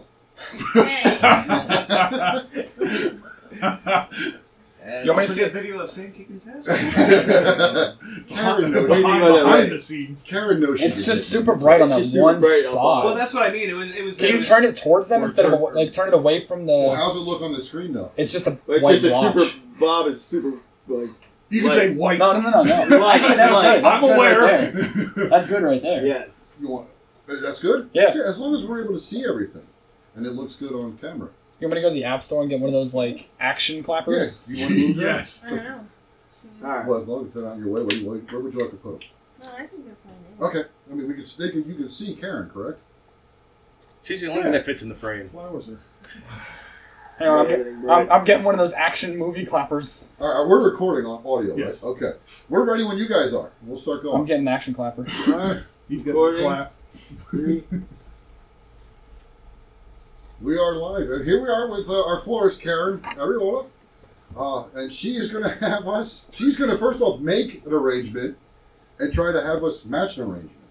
S8: And
S9: You want me to
S8: also
S9: see-
S8: get video of Sam kicking his ass?
S10: by
S1: Karen knows. she-
S4: behind,
S10: the
S4: behind
S10: way.
S4: the scenes.
S1: Karen knows. she
S9: It's
S1: did
S9: just
S1: it.
S9: super bright on
S10: It's
S9: that
S10: just super
S9: one
S10: bright on
S8: well,
S9: spot.
S8: that's what I mean. It was. It was
S9: Can you turn it towards them
S1: Or
S9: instead of
S1: turn-
S9: like turn it away from
S1: Well,
S9: the?
S1: how's it look on the screen though?
S9: It's just a
S10: But it's
S9: white
S10: just a
S9: blotch.
S10: super. Bob is a super like.
S4: You can
S10: Like-
S4: say white.
S9: No, no, no, no, no.
S10: Like,
S9: Actually, that's
S10: like,
S4: I'm
S9: good. That's good right
S4: aware.
S9: there. That's good right there.
S10: Yes.
S1: You want? uh, That's good.
S9: Yeah.
S1: As long as we're able to see everything, and it looks good on camera.
S9: You want me to go to the app store and get one of those like action clappers?
S1: Yeah. You want to move them?
S4: yes.
S5: i don't know
S10: All right.
S1: Well, as long as they're not in your way, where, where, where would you like to put them?
S7: No, I think they're fine.
S1: Okay. I mean, we can. They can. You can see Karen, correct?
S11: She's the only one that fits in the frame.
S1: Why was there?
S9: Hang on, I'm, get- I'm, I'm getting one of those action movie clappers.
S1: All right, we're recording on audio,
S9: Yes.
S1: right? Okay. We're ready when you guys are. We'll start
S9: I'm
S1: going.
S9: getting an action clapper.
S1: He's
S9: getting the clap.
S1: we are live, and here we are with uh, our florist, Karen Ariola. Uh, and she is going to have us, she's going to first off make an arrangement and try to have us match an arrangement.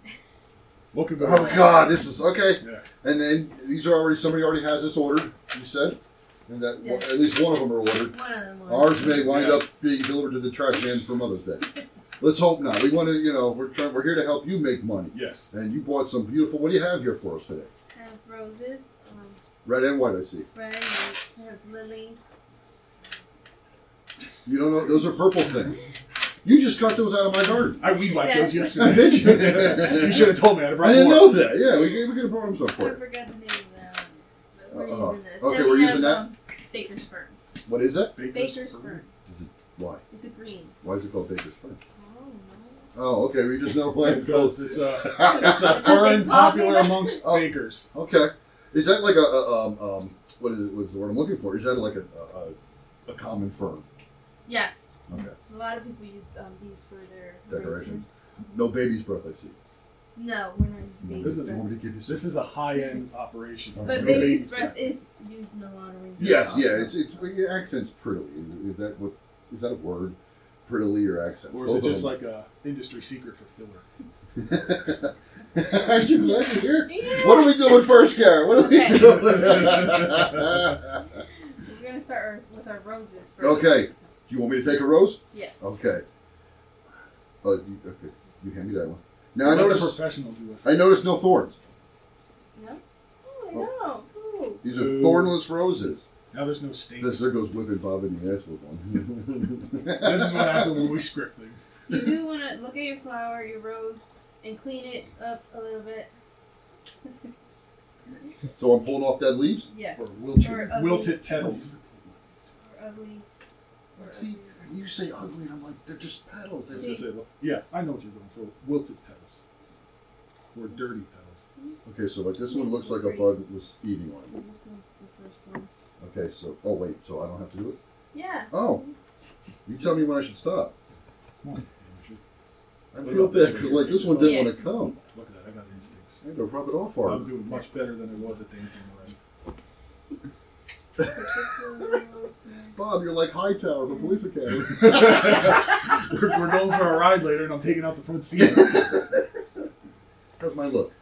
S4: Look at
S1: Oh, God, this is okay.
S4: Yeah.
S1: And then these are already, somebody already has this ordered, you said. And that
S7: Yeah.
S1: at least one of them are ordered.
S7: One of them. was.
S1: Ours may wind up being delivered to the trash man for Mother's Day. Let's hope not. We want to, you know, we're trying, we're here to help you make money.
S4: Yes.
S1: And you bought some beautiful. What do you have here for us today?
S7: I have roses, um,
S1: Red and white, I see.
S7: red, and white. I have lilies.
S1: You don't know those are purple things. You just cut those out of my garden.
S4: I weed whacked those
S7: Yes.
S4: yesterday.
S1: Did you?
S4: you should have told me. I'd have brought
S1: I didn't
S4: more.
S1: know that. Yeah, we, we could have brought them some
S7: I
S1: for you.
S7: forgot the name of them. But we're
S1: Uh-oh.
S7: using this.
S1: Uh-huh. Okay,
S7: And we
S1: we're
S7: have,
S1: using that?
S7: Um, Baker's Fern.
S1: What is it?
S4: Baker's
S7: Baker's
S4: Fern.
S7: Fern.
S1: Why?
S7: It's a green.
S1: Why is it called Baker's Fern?
S7: Oh, no.
S1: Oh, okay. We just know why it's uh, called.
S4: Because it's a, it's a foreign popular amongst bakers.
S1: Okay. Is that like a, a um, um what is it, what's the word I'm looking for? Is that like a a, a, a common fern?
S7: Yes.
S1: Okay.
S7: A lot of people use um, these for their
S1: Decorations.
S7: arrangements.
S1: No baby's breath, I see.
S7: No, we're not using
S1: This
S7: baby's
S1: is
S7: breath.
S1: want me to give you some-
S4: This is a high end operation.
S7: But
S1: No
S7: baby's breath is used in a lot of arrangements.
S1: Yes, yeah. It's, it's your accent's prettily. Is, is that what? Is that a word? Prettily or accent?
S4: Or is it just like a industry secret for filler?
S1: Aren't you glad you're here?
S7: Yeah.
S1: What are we doing first, Karen? What are we
S7: Okay.
S1: doing?
S7: We're gonna start our, with our roses first.
S1: Okay. Do you want me to take a rose?
S7: Yes.
S1: Okay. Uh, you, okay. You hand me that one. Now I
S4: Let the
S1: notice.
S4: professional do it.
S1: I notice no thorns.
S7: No. Oh, I know. Cool.
S1: These are
S4: Ooh.
S1: thornless roses.
S4: Now there's no
S1: This
S4: stakes.
S1: there goes whipping Bob in the ass with one.
S4: this is what happened when we script things.
S7: You do want to look at your flower, your rose, and clean it up a little bit.
S1: so I'm pulling off dead leaves.
S7: Yes.
S4: Or wilted,
S7: Or uh, ugly.
S4: wilted petals.
S7: Or ugly. or
S1: See,
S7: ugly.
S1: you say ugly, and I'm like, they're just petals. They're
S4: That's
S1: just-
S4: just it. Yeah, I know what you're going for. Wilted petals. Or dirty petals.
S1: Okay, so like this one looks like a bug was eating on
S7: This one's the first one.
S1: it. Okay, so oh wait, so I don't have to do it.
S7: Yeah.
S1: Oh, you tell me when I should stop. I
S4: What
S1: feel
S4: about this
S1: bad
S4: one?
S1: because like this one didn't want to come.
S4: Look at that, I got instincts.
S1: I had to rub it off
S4: I'm
S1: hard.
S4: doing much better than I was at dancing already.
S1: Bob, you're like Hightower from Police Academy.
S4: We're, we're going for a ride later and I'm taking out the front seat.
S1: That's my look.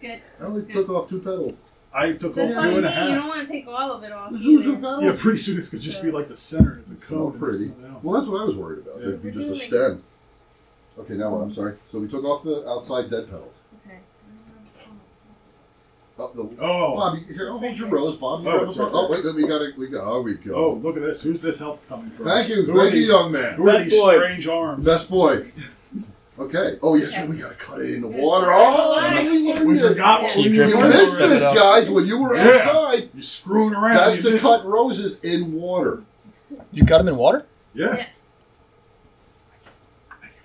S7: Good.
S1: I only took off two petals.
S4: I took
S7: That's
S4: off
S7: all
S4: two
S7: you
S4: and
S7: need.
S4: a
S7: You don't
S4: half.
S7: want to take all of it off.
S1: Zuzu
S7: either.
S4: Yeah,
S1: petals.
S4: pretty soon it's going to just be like the center and it's a
S1: So
S4: cone. and there's
S1: pretty.
S4: nothing else.
S1: Well, that's what I was worried about.
S4: Yeah.
S1: It'd be
S7: We're
S1: just a
S7: doing-
S1: stem. Okay, now what? I'm sorry. So we took off the outside dead petals.
S7: Okay.
S1: Up the.
S4: Oh,
S1: Bob, here, I'll hold your rose, Bob.
S4: Oh, it's right
S1: oh wait, we gotta, we got, oh, we go.
S4: oh, look at this. Who's this help coming from?
S1: Thank you,
S4: Who are
S1: thank you,
S4: these-
S1: young man.
S4: Who are
S9: Best
S4: these
S9: boy.
S4: strange arms?
S1: Best boy. Okay. Oh yes,
S7: Yeah.
S1: we gotta cut it in the water. Oh,
S7: Yeah.
S1: we learned
S4: We
S1: this.
S4: forgot what
S11: Keep
S4: we
S1: You
S11: drifting.
S4: learned.
S1: missed
S11: Step it
S1: this,
S11: up.
S1: guys, when you were
S4: Yeah.
S1: outside.
S4: You're screwing around.
S1: That's
S4: You
S1: to
S4: just-
S1: cut roses in water.
S11: You got him in water?
S4: Yeah.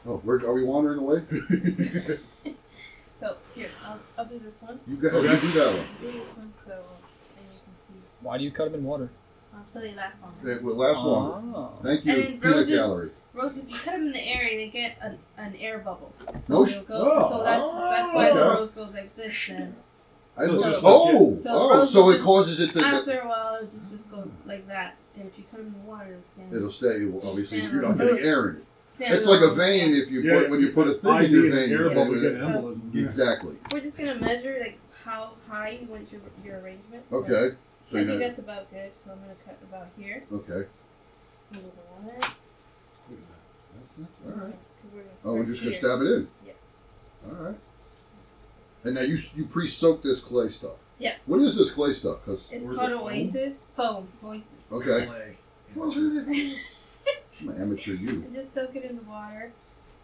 S1: Oh, where, are we wandering away?
S7: So here, I'll, I'll do this one.
S1: You got you do that one.
S7: Do this one so then you can see.
S11: Why do you cut him in water?
S7: Um, so they last longer.
S1: It will last longer.
S9: Ah.
S11: Oh.
S1: Thank
S7: And
S1: you,
S7: then
S1: peanut
S7: roses-
S1: gallery.
S7: Rose, if you cut them in the air, they get an, an air bubble. So,
S1: No sh-
S7: they'll go,
S1: oh.
S7: so that's, that's why the
S1: Okay.
S7: rose goes like this then.
S1: I
S4: So
S1: was
S4: it's
S1: just,
S4: just like
S1: oh,
S7: it- So
S1: oh, so
S7: roses-
S1: it causes it to.
S7: After a while, it'll just, just go like that. And if you cut them in the water, it'll stand.
S1: It'll stay. Well, obviously,
S7: Stand
S1: you're not
S7: on
S1: getting
S7: it.
S1: air in it.
S7: stand
S1: It's like a
S7: alone.
S1: vein.
S7: Yeah.
S1: If you
S4: Yeah,
S1: put when you put a thing
S4: IV
S1: in your
S4: and
S1: vein,
S4: air
S1: you
S4: bubble, you
S1: get
S4: get
S1: it.
S7: So-
S4: embolism. Yeah.
S1: Exactly.
S7: We're just going to measure like how high you want your, your arrangement. So
S1: Okay. So
S7: I
S1: you
S7: think
S1: know.
S7: that's about good. So I'm going to cut about here.
S1: Okay.
S7: A little bit. 'Cause
S1: All right.
S7: we're gonna
S1: Oh, we're
S7: start
S1: just gonna
S7: here.
S1: stab it in.
S7: Yep.
S1: All right. And now you you pre-soak this clay stuff.
S7: Yes.
S1: What is this clay stuff? Cause
S7: It's
S4: Or is
S7: called
S4: it foam?
S7: Oasis Foam. Oasis.
S1: okay.
S4: Play.
S1: Well, who the hell- I'm an amateur. You.
S7: And just soak it in the water.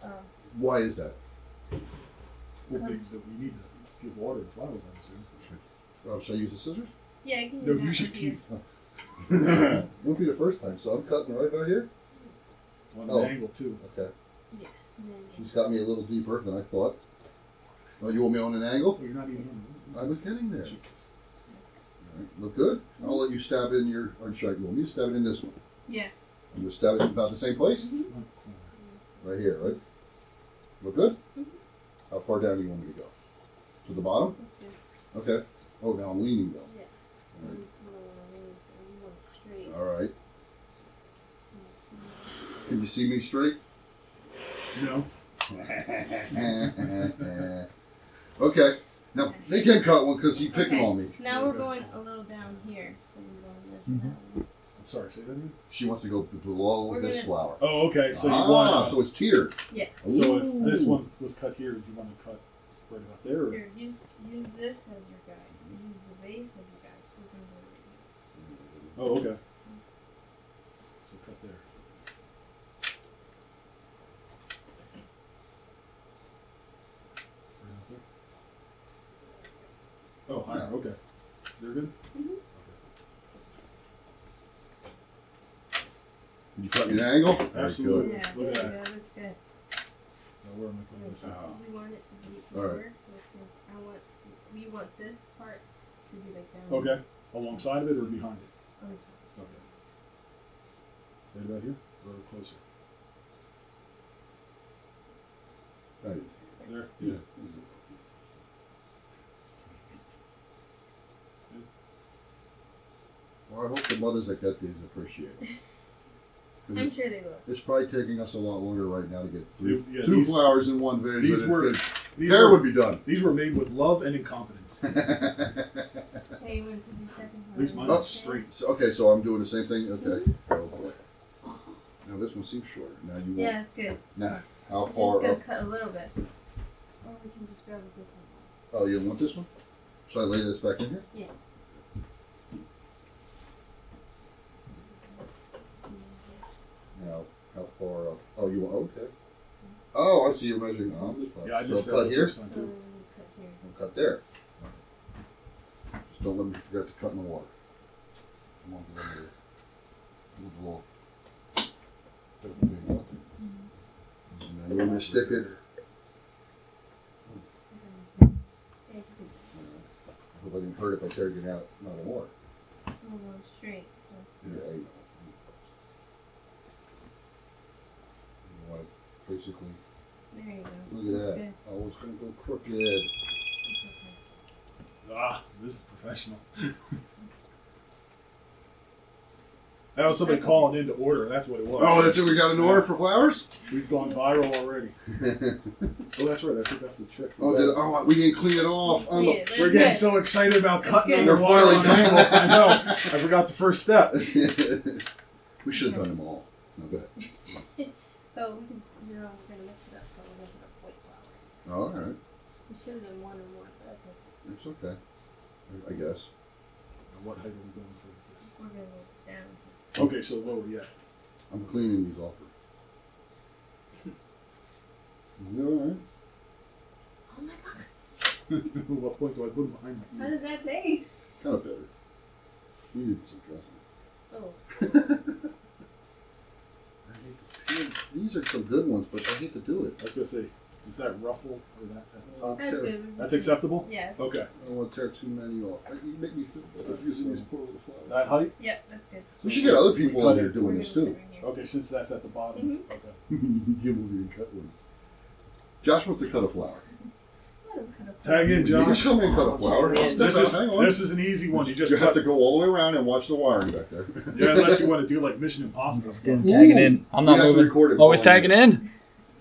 S7: Um,
S1: Why is that?
S4: Well, we,
S7: Because-
S4: we need to give water to flowers, I'm assuming.
S1: Oh, should I use the scissors?
S7: yeah, you can
S4: No,
S7: use that
S4: use your
S7: if you-
S4: teeth.
S1: Won't be the first time. So I'm cutting right about here.
S4: On
S1: Oh.
S4: an angle, too.
S1: Okay.
S7: Yeah.
S1: She's got me a little deeper than I thought. Oh, you want me on an angle?
S4: You're not even.
S1: I was getting there. All right, look good. I'll let you stab in your. Or should I, you want me to stab it in this one?
S7: Yeah.
S1: You want to stab it about the same place?
S7: Mm-hmm.
S1: Right here, right? Look good? How far down do you want me to go? To the bottom? Okay. Oh, now I'm leaning though. All right. Can you see me straight?
S4: No.
S1: okay. Now make him cut one because he's picking
S7: Okay,
S1: on me.
S7: Now we're going a little down here. So we're
S4: Mm-hmm.
S7: going this down.
S4: I'm sorry, say that again.
S1: She wants to go below
S7: We're
S1: this
S7: gonna-
S1: flower.
S4: Oh, okay. So you
S1: ah,
S4: want. uh,
S1: so it's tiered.
S7: Yeah.
S4: So if this
S1: Ooh.
S4: one was cut here, would you want to cut right about there? Or?
S7: Here, use use this as your guide. Use the base as your guide. So we're going to
S4: Oh, okay. So cut there. Right out there? Oh, higher.
S1: Yeah.
S4: Okay. They're good.
S1: Can you cut me at an angle? Very
S4: Absolutely.
S1: good.
S7: go. Yeah,
S4: Look at
S7: there you go. That's good.
S4: Now where am I putting this?
S7: Because we want it to be
S1: All right.
S7: here. So it's going to, I want, we want this part to be like down.
S4: Uh, Okay. Alongside of it or behind it?
S7: on this
S4: Okay. Right about here or closer?
S1: Right.
S4: There.
S1: Yeah. Well, I hope the mothers that got these appreciate it. 'Cause
S7: one. I'm
S1: it's-
S7: sure they will.
S1: It's probably taking us a lot longer right now to get through
S4: Yeah,
S1: two
S4: these-
S1: flowers in one vase.
S4: these
S1: and it's
S4: were-
S1: good.
S4: These
S1: Hair
S4: were,
S1: would be done.
S4: these were made with love and incompetence.
S7: Okay, you want to do second
S4: At least mine
S1: Oh.
S4: is straight.
S1: So, okay, so I'm doing the same thing. Okay. Oh, boy. Now this one seems shorter. Now you
S7: Yeah,
S1: want.
S7: that's good.
S1: Now how
S7: We're just
S1: far
S7: going
S1: up?
S7: to cut a little bit. Or we can just grab a different one.
S1: Oh, you want this one? Should I lay this back in here? Now how far up? Oh, you want? Okay. Oh, I see. You're measuring on this part.
S4: Yeah, I just
S1: so cut
S4: the
S1: here.
S4: first time
S7: So we
S4: too.
S7: cut here.
S1: and cut there. Just don't let me forget to cut in the water. Come on, get over here. Move a little. Put it in the water. And then we're gonna stick it.
S7: Yeah, 'cause it's
S1: Hope I didn't hurt it by tearing it out, not in water.
S7: a little straight. So
S1: Yeah, I know. You wanna basically,
S7: there you go.
S1: look at that.
S7: That's good.
S1: Oh, it's gonna go crooked.
S7: It's okay.
S4: Ah, this is professional. that was somebody calling into order. That's what it was.
S1: Oh, that's it. We got an order for flowers?
S4: We've gone viral already. oh, that's right. I took out the trick.
S1: Oh, did, oh, we didn't clean it off. Oh,
S7: Yeah,
S1: no.
S7: that's
S4: We're getting
S7: good.
S4: so excited about cutting
S7: That's good.
S4: underwater
S1: They're
S4: on
S1: finally done.
S4: angles. I know. I forgot the first step.
S1: We should have done them all. No, go ahead.
S7: So we can, you know, we're going to mix it up. So we're going to put a white flower.
S1: All right.
S7: We should have done one and one, but that's okay.
S1: It's okay. I- I guess.
S4: What height are we going for
S7: We're going to go down.
S4: this? Okay, so lower, yeah.
S1: I'm cleaning these off. You all right?
S7: Oh my god,
S4: what point do I put them behind me?
S7: how does that taste?
S1: Kind of better. You need some dressing.
S7: Oh,
S1: I hate to peel- These are some good ones, but I hate to do
S4: I
S1: it.
S4: was going to say, is that ruffle or that at the top?
S7: that's good.
S4: That's acceptable?
S7: Yeah.
S4: Okay.
S1: I don't want to tear too many off. I- You make me feel bad using these poor little flowers.
S4: That height?
S7: Yep, that's good.
S1: We should get other people
S4: Cut
S1: out there
S4: it.
S1: doing this too.
S4: Okay, since that's at the bottom. Okay.
S1: you won't even cut one. Josh wants to cut a flower.
S4: Tag in,
S1: You can
S4: Josh.
S1: show me and cut a flower. I'll step
S4: This
S1: out.
S4: is,
S1: Hang on.
S4: this is an easy one. You just
S1: you
S4: cut
S1: have to go all the way around and watch the wiring back there.
S4: Yeah, unless you want to do like Mission Impossible stuff.
S1: tagging
S9: tagging
S1: in.
S9: in.
S1: I'm
S9: I'm
S1: not We
S9: not
S1: have to moving. record it.
S9: moving. Always tagging in.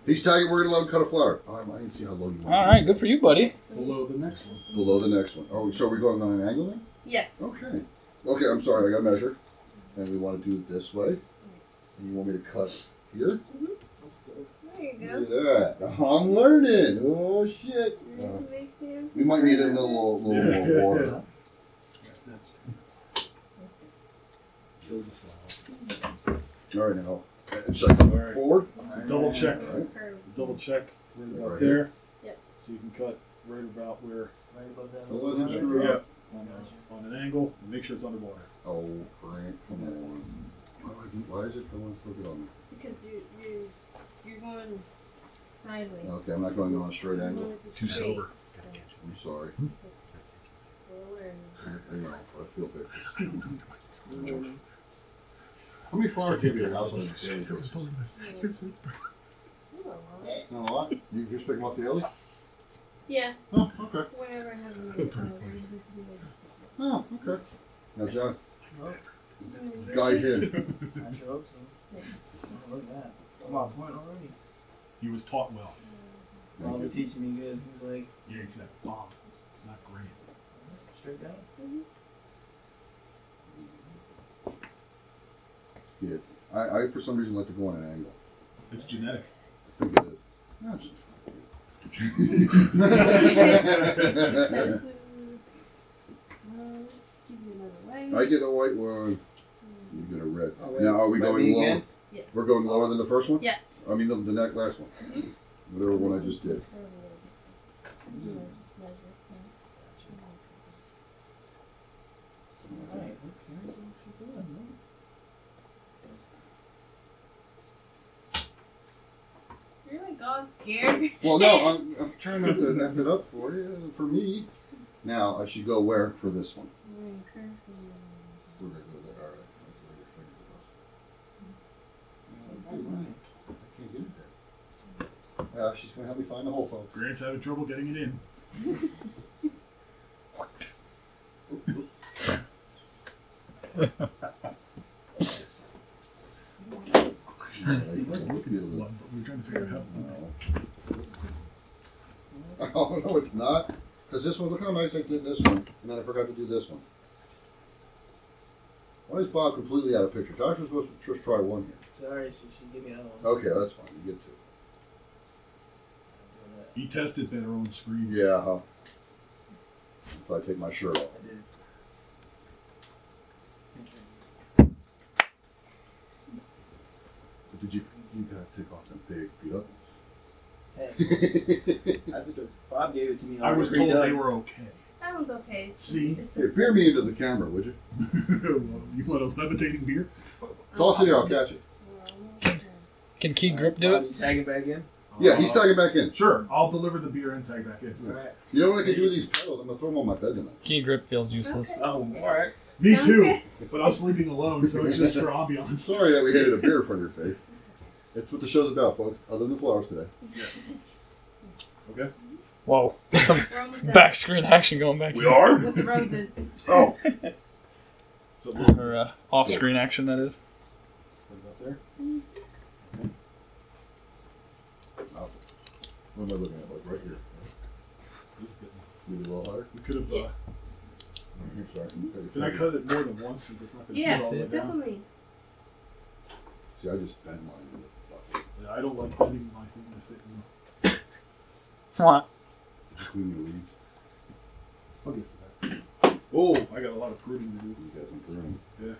S1: He's tagging. We're gonna let him cut a flower. I, I didn't see how low you want.
S9: All right, good for you, buddy.
S4: Below the next one.
S1: Below the next one. Oh, so we're going on an angle then?
S7: Yeah.
S1: Okay. Okay, I'm sorry, I got to measure. And we want to do it this way. And you want me to cut here?
S7: There you go.
S1: Look at that. I'm learning. Oh, shit. Uh,
S7: Makes sense.
S1: we might need a little, little more water.
S4: That's
S7: That's good.
S1: All right, now. And Should I come
S4: All right.
S1: forward?
S4: Double check.
S1: All right.
S7: Curve.
S4: Double check right about
S1: Right
S4: there.
S1: here.
S7: Yep.
S4: So you can cut right about where
S1: Don't let him screw it up.
S4: on, a, on an angle. And make sure it's underwater.
S1: Oh, Grant, come on. Why is it- Why is it going crooked on me?
S7: Because you're, you're, you're going
S5: Sideways.
S1: Okay, I'm not going on a straight angle.
S5: Too sober.
S1: I'm sorry. I know. I feel pictures. How many flowers do you have in your house on a daily basis? Not a lot. You just pick them off the alley.
S5: Yeah.
S1: Oh, okay.
S5: Whenever I have a
S1: That's pretty Oh, okay. Now, John,
S5: Guy
S1: guy here.
S10: I'm on point already.
S4: He was taught well.
S10: Mom was teaching me good. He was like,
S4: Yeah, he's that bomb. Not great.
S10: straight down.
S1: Yeah, I, I for some reason like to go on an angle.
S4: It's genetic.
S1: I think it is. No, it's
S5: That's,
S1: just-
S5: uh, well, let's give you another
S1: I
S5: way.
S1: get a white one. You get a red.
S10: Oh, wait.
S1: now, are we
S10: By
S1: going
S10: me
S1: lower?
S10: again?
S5: Yeah.
S1: We're going lower than the first one.
S5: Yes.
S1: I mean, the, the next last one. Whatever one I just did.
S10: Alright, okay. Well, she good, huh?
S5: You're like all scared.
S1: Well, no, I'm, I'm trying not to F it up for you. For me, now I should go where for this one? We're gonna go there. All right. That's where your finger goes. Yeah, okay, right. I can't get it there. Uh, she's gonna help me find the hole, folks.
S4: Grant's having trouble getting it in.
S1: He wasn't looking at it.
S4: One, but we were trying to figure out how.
S1: Oh no, it's not. Because this one, look how nice I did this one, and then I forgot to do this one. Why is Bob completely out of picture? Josh was supposed to just try one here.
S10: Sorry, she should give me another one.
S1: Okay, that's fine. You get two.
S4: He tested better on screen.
S1: Yeah. Huh? If I take my shirt off.
S10: I did it.
S1: Did you? You gotta take off them big feet up.
S10: Hey, I think the- Bob gave it to me.
S4: I was
S10: already
S4: told they
S10: done.
S4: were okay.
S5: That was okay.
S4: See?
S5: It's
S1: Hey,
S5: a-
S1: fear me into the camera, would you?
S4: Well, you want a levitating beer?
S1: Toss it out, catch it.
S12: Can Key Grip do
S10: Bob,
S12: it?
S10: you tag it back in?
S1: Yeah,
S10: Oh.
S1: he's tagging back in.
S4: Sure, I'll deliver the beer and tag back in.
S10: Alright.
S1: You know what I can do with these pedals? I'm gonna throw them on my bed tonight.
S12: Key Grip feels useless.
S10: Oh, alright.
S4: Me
S5: Sounds
S4: too,
S5: good.
S4: but I'm sleeping alone, so it's just for ambiance.
S1: Sorry that we hated a beer in front of your face. That's what the show's about, folks. Other than flowers today.
S4: Okay.
S12: Whoa. Some
S5: We're almost done
S12: back screen action going back. here.
S4: are?
S5: With the roses.
S1: Oh,
S4: So we'll-
S12: Or uh, off screen action, that is.
S1: what am I looking at? Like right here.
S4: this is good.
S1: Maybe a little higher.
S4: We could have. Uh,
S5: Yeah.
S1: I'm sorry. I'm gonna
S4: did Mm-hmm. I cut it more than once since it's not been
S5: Yeah,
S4: put all the way down?
S5: definitely.
S1: See, I just bent mine. into the bucket.
S4: Yeah, I don't like putting my thing to fit in.
S12: Mwah.
S1: Between your leaves,
S4: I'll get to that. Oh, I got a lot of pruning to do.
S1: you guys are burning.
S4: Yeah.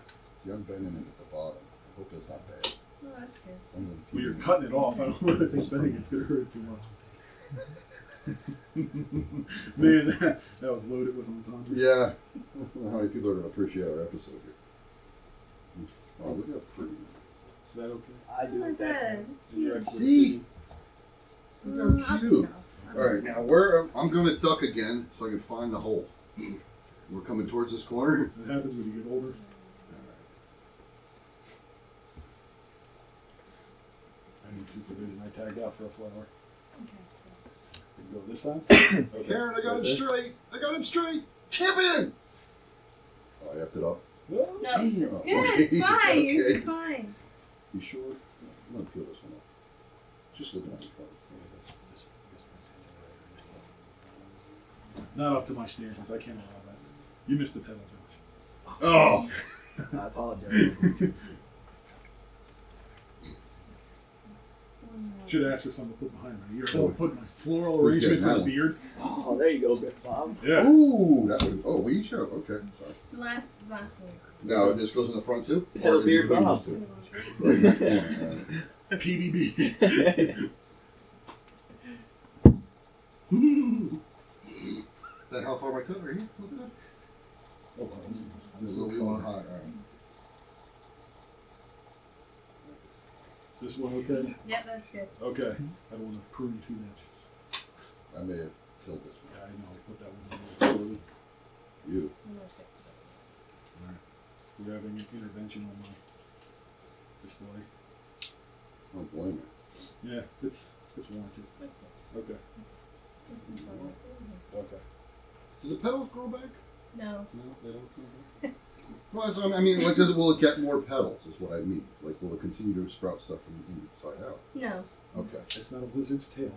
S1: See, I'm bending it at the bottom. I hope that's not bad.
S5: Oh, that's good.
S1: I'm gonna keep
S4: Well, you're
S1: it.
S4: cutting it off. I don't really think spending it's going to hurt too much. Man, that, that was loaded with entendre.
S1: Yeah. I don't know how many people are going to appreciate our episode here. Oh, look how pretty.
S4: Is that okay?
S10: I do
S5: Oh,
S10: it that
S5: that's
S10: fast.
S5: cute.
S1: See?
S5: Mm,
S1: Look how
S5: I'll take it
S1: cute.
S5: off.
S1: All right, now where I'm going to duck again so I can find the hole. We're coming towards this corner.
S4: It happens when you get older. Uh, I need supervision. I tagged out for a flower. You go this side? Okay.
S1: Karen, I got him
S4: Right
S1: straight. I got him straight. Tip in. Oh, I effed it up.
S4: there.
S5: No, it's good.
S1: Okay,
S5: It's fine.
S1: okay.
S5: It's fine.
S1: You sure? I'm going to peel this one off. Just looking at it.
S4: Not up to my standards. I can't allow that. You missed the pedal, Josh.
S1: Oh.
S10: I apologize.
S4: Should have asked for something to put behind my ear.
S1: Oh.
S4: Oh, put my floral
S1: Who's getting
S4: arrangements in the
S1: that
S4: beard.
S10: oh, there you go, Bob.
S4: Yeah.
S1: Ooh, that would. Oh, we each have. Okay, sorry.
S5: Last last one.
S1: Now this goes in the front too.
S10: Hell,
S1: Or in
S10: beer
S1: between
S10: bomb.
S1: those two? Right, that's one, uh,
S4: PBB.
S1: that how far my coat right here? Look at that. Oh, wow, this is- this is a little bit hot. All right.
S4: This one okay?
S7: Yeah, that's good.
S4: Okay. I don't want to prune too much.
S1: I may have killed this
S4: Yeah, I know. I put that one on the board.
S1: one. You.
S7: I'm gonna fix it.
S4: All right. We're having an intervention on my display.
S1: Don't blame me.
S4: Yeah, it's it's warranted.
S13: That's
S4: Okay.
S7: This one's all
S4: Okay.
S1: Do the petals grow back?
S7: right. No.
S1: No, they don't grow back. well, that's what I mean, like, does it, will it get more petals? Is what I mean. Like, will it continue to sprout stuff from the inside out?
S7: No.
S1: Okay.
S4: It's not a lizard's tail.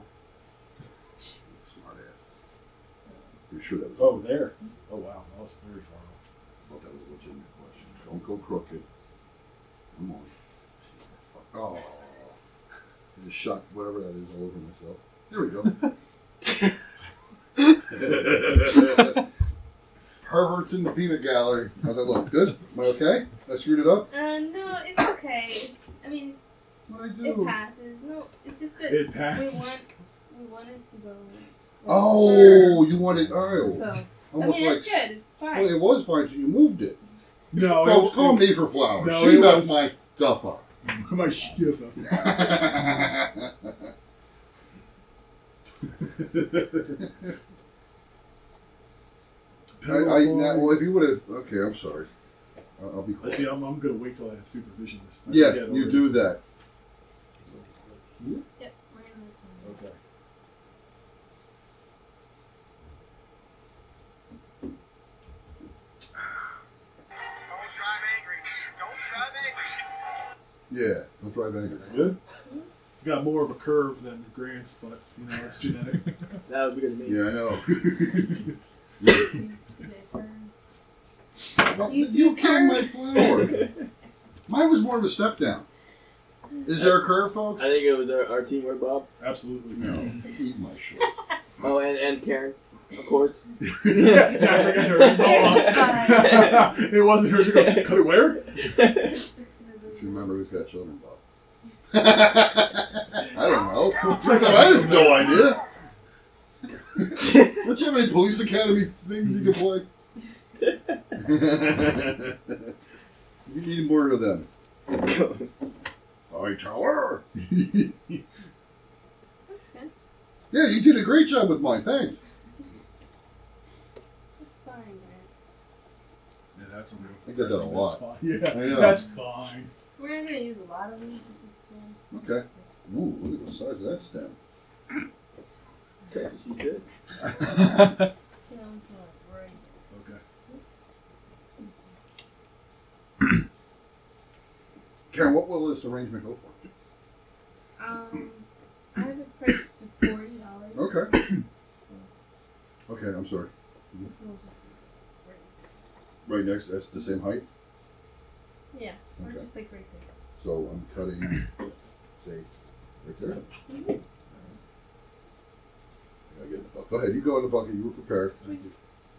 S1: Smart ass. You're sure that was,
S4: Oh, there. Oh, wow. That was very far off.
S1: well, that was a legitimate question. Don't go crooked. Come on. Fuck. Oh. I just shocked whatever that is all over myself. There we go. Perverts in the peanut gallery. How's that look? Good? Am I okay? I screwed it up?
S7: Uh, no, it's okay. It's, I mean,
S1: What did I
S7: it
S1: do?
S7: passes. No, it's just that
S4: It
S7: we
S4: passed.
S7: want we wanted to go.
S1: Oh, you wanted. Oh.
S7: So I mean,
S1: Almost
S7: it's
S1: like.
S7: good. It's fine.
S1: Well, it was fine, so you moved it.
S4: No,
S1: Folks,
S4: Oh, it-
S1: call me for flowers.
S4: No,
S1: she
S4: it
S1: knocked
S4: was-
S1: my stuff up.
S4: Come on, shit up.
S1: I, I, now, well, if you would have, okay, I'm sorry. I'll, I'll be
S4: I
S1: quiet.
S4: see. I'm, I'm gonna wait till I have supervision. I
S1: Yeah,
S4: forget
S1: you
S4: already.
S1: do that.
S7: Yep, we're gonna move on.
S4: Okay.
S1: Yeah, don't drive angry.
S4: Good. It's got more of a curve than Grant's, but you know it's genetic.
S8: That was because of me.
S1: Yeah, I know.
S7: Is it burn?
S1: Well,
S7: You
S1: you
S7: see the
S1: killed my
S7: curve?
S1: flower. Mine was more of a step down. Is there a curve, folks?
S8: I think it was our, our teamwork, Bob.
S4: Absolutely.
S1: No, eat my shit.
S8: Oh, and, and Karen, of course.
S4: yeah, I forgot her. It was all us. it wasn't hers. You go, Cut it where?
S7: Fix it over
S1: If
S7: there.
S1: you remember who's got children, Bob. I don't know. I have no idea. Don't you have any police academy things you can play? you need more of them. I tower. yeah,
S7: That's good.
S1: you did a great job with mine. Thanks.
S7: That's fine, Grant.
S4: Yeah, that's a real.
S1: I get that a lot.
S4: That's fine.
S1: I uh,
S4: Yeah,
S1: know.
S4: that's fine.
S7: We're not gonna use a lot of them. but Just, uh,
S1: Okay. Ooh, look at the size of that stem.
S8: That's what
S7: just, you
S8: she said.
S7: know, it's not right.
S4: Okay.
S1: Karen, what will this arrangement go for?
S7: Um, I have it priced to forty dollars.
S1: Okay. okay, I'm sorry.
S7: This will just right.
S1: Right next, that's the same height.
S7: Yeah, or
S1: Okay.
S7: just like right there.
S1: So I'm cutting, say, right there. I get in the bucket. Go ahead, you go in the bucket. You were prepared.
S4: Thank you.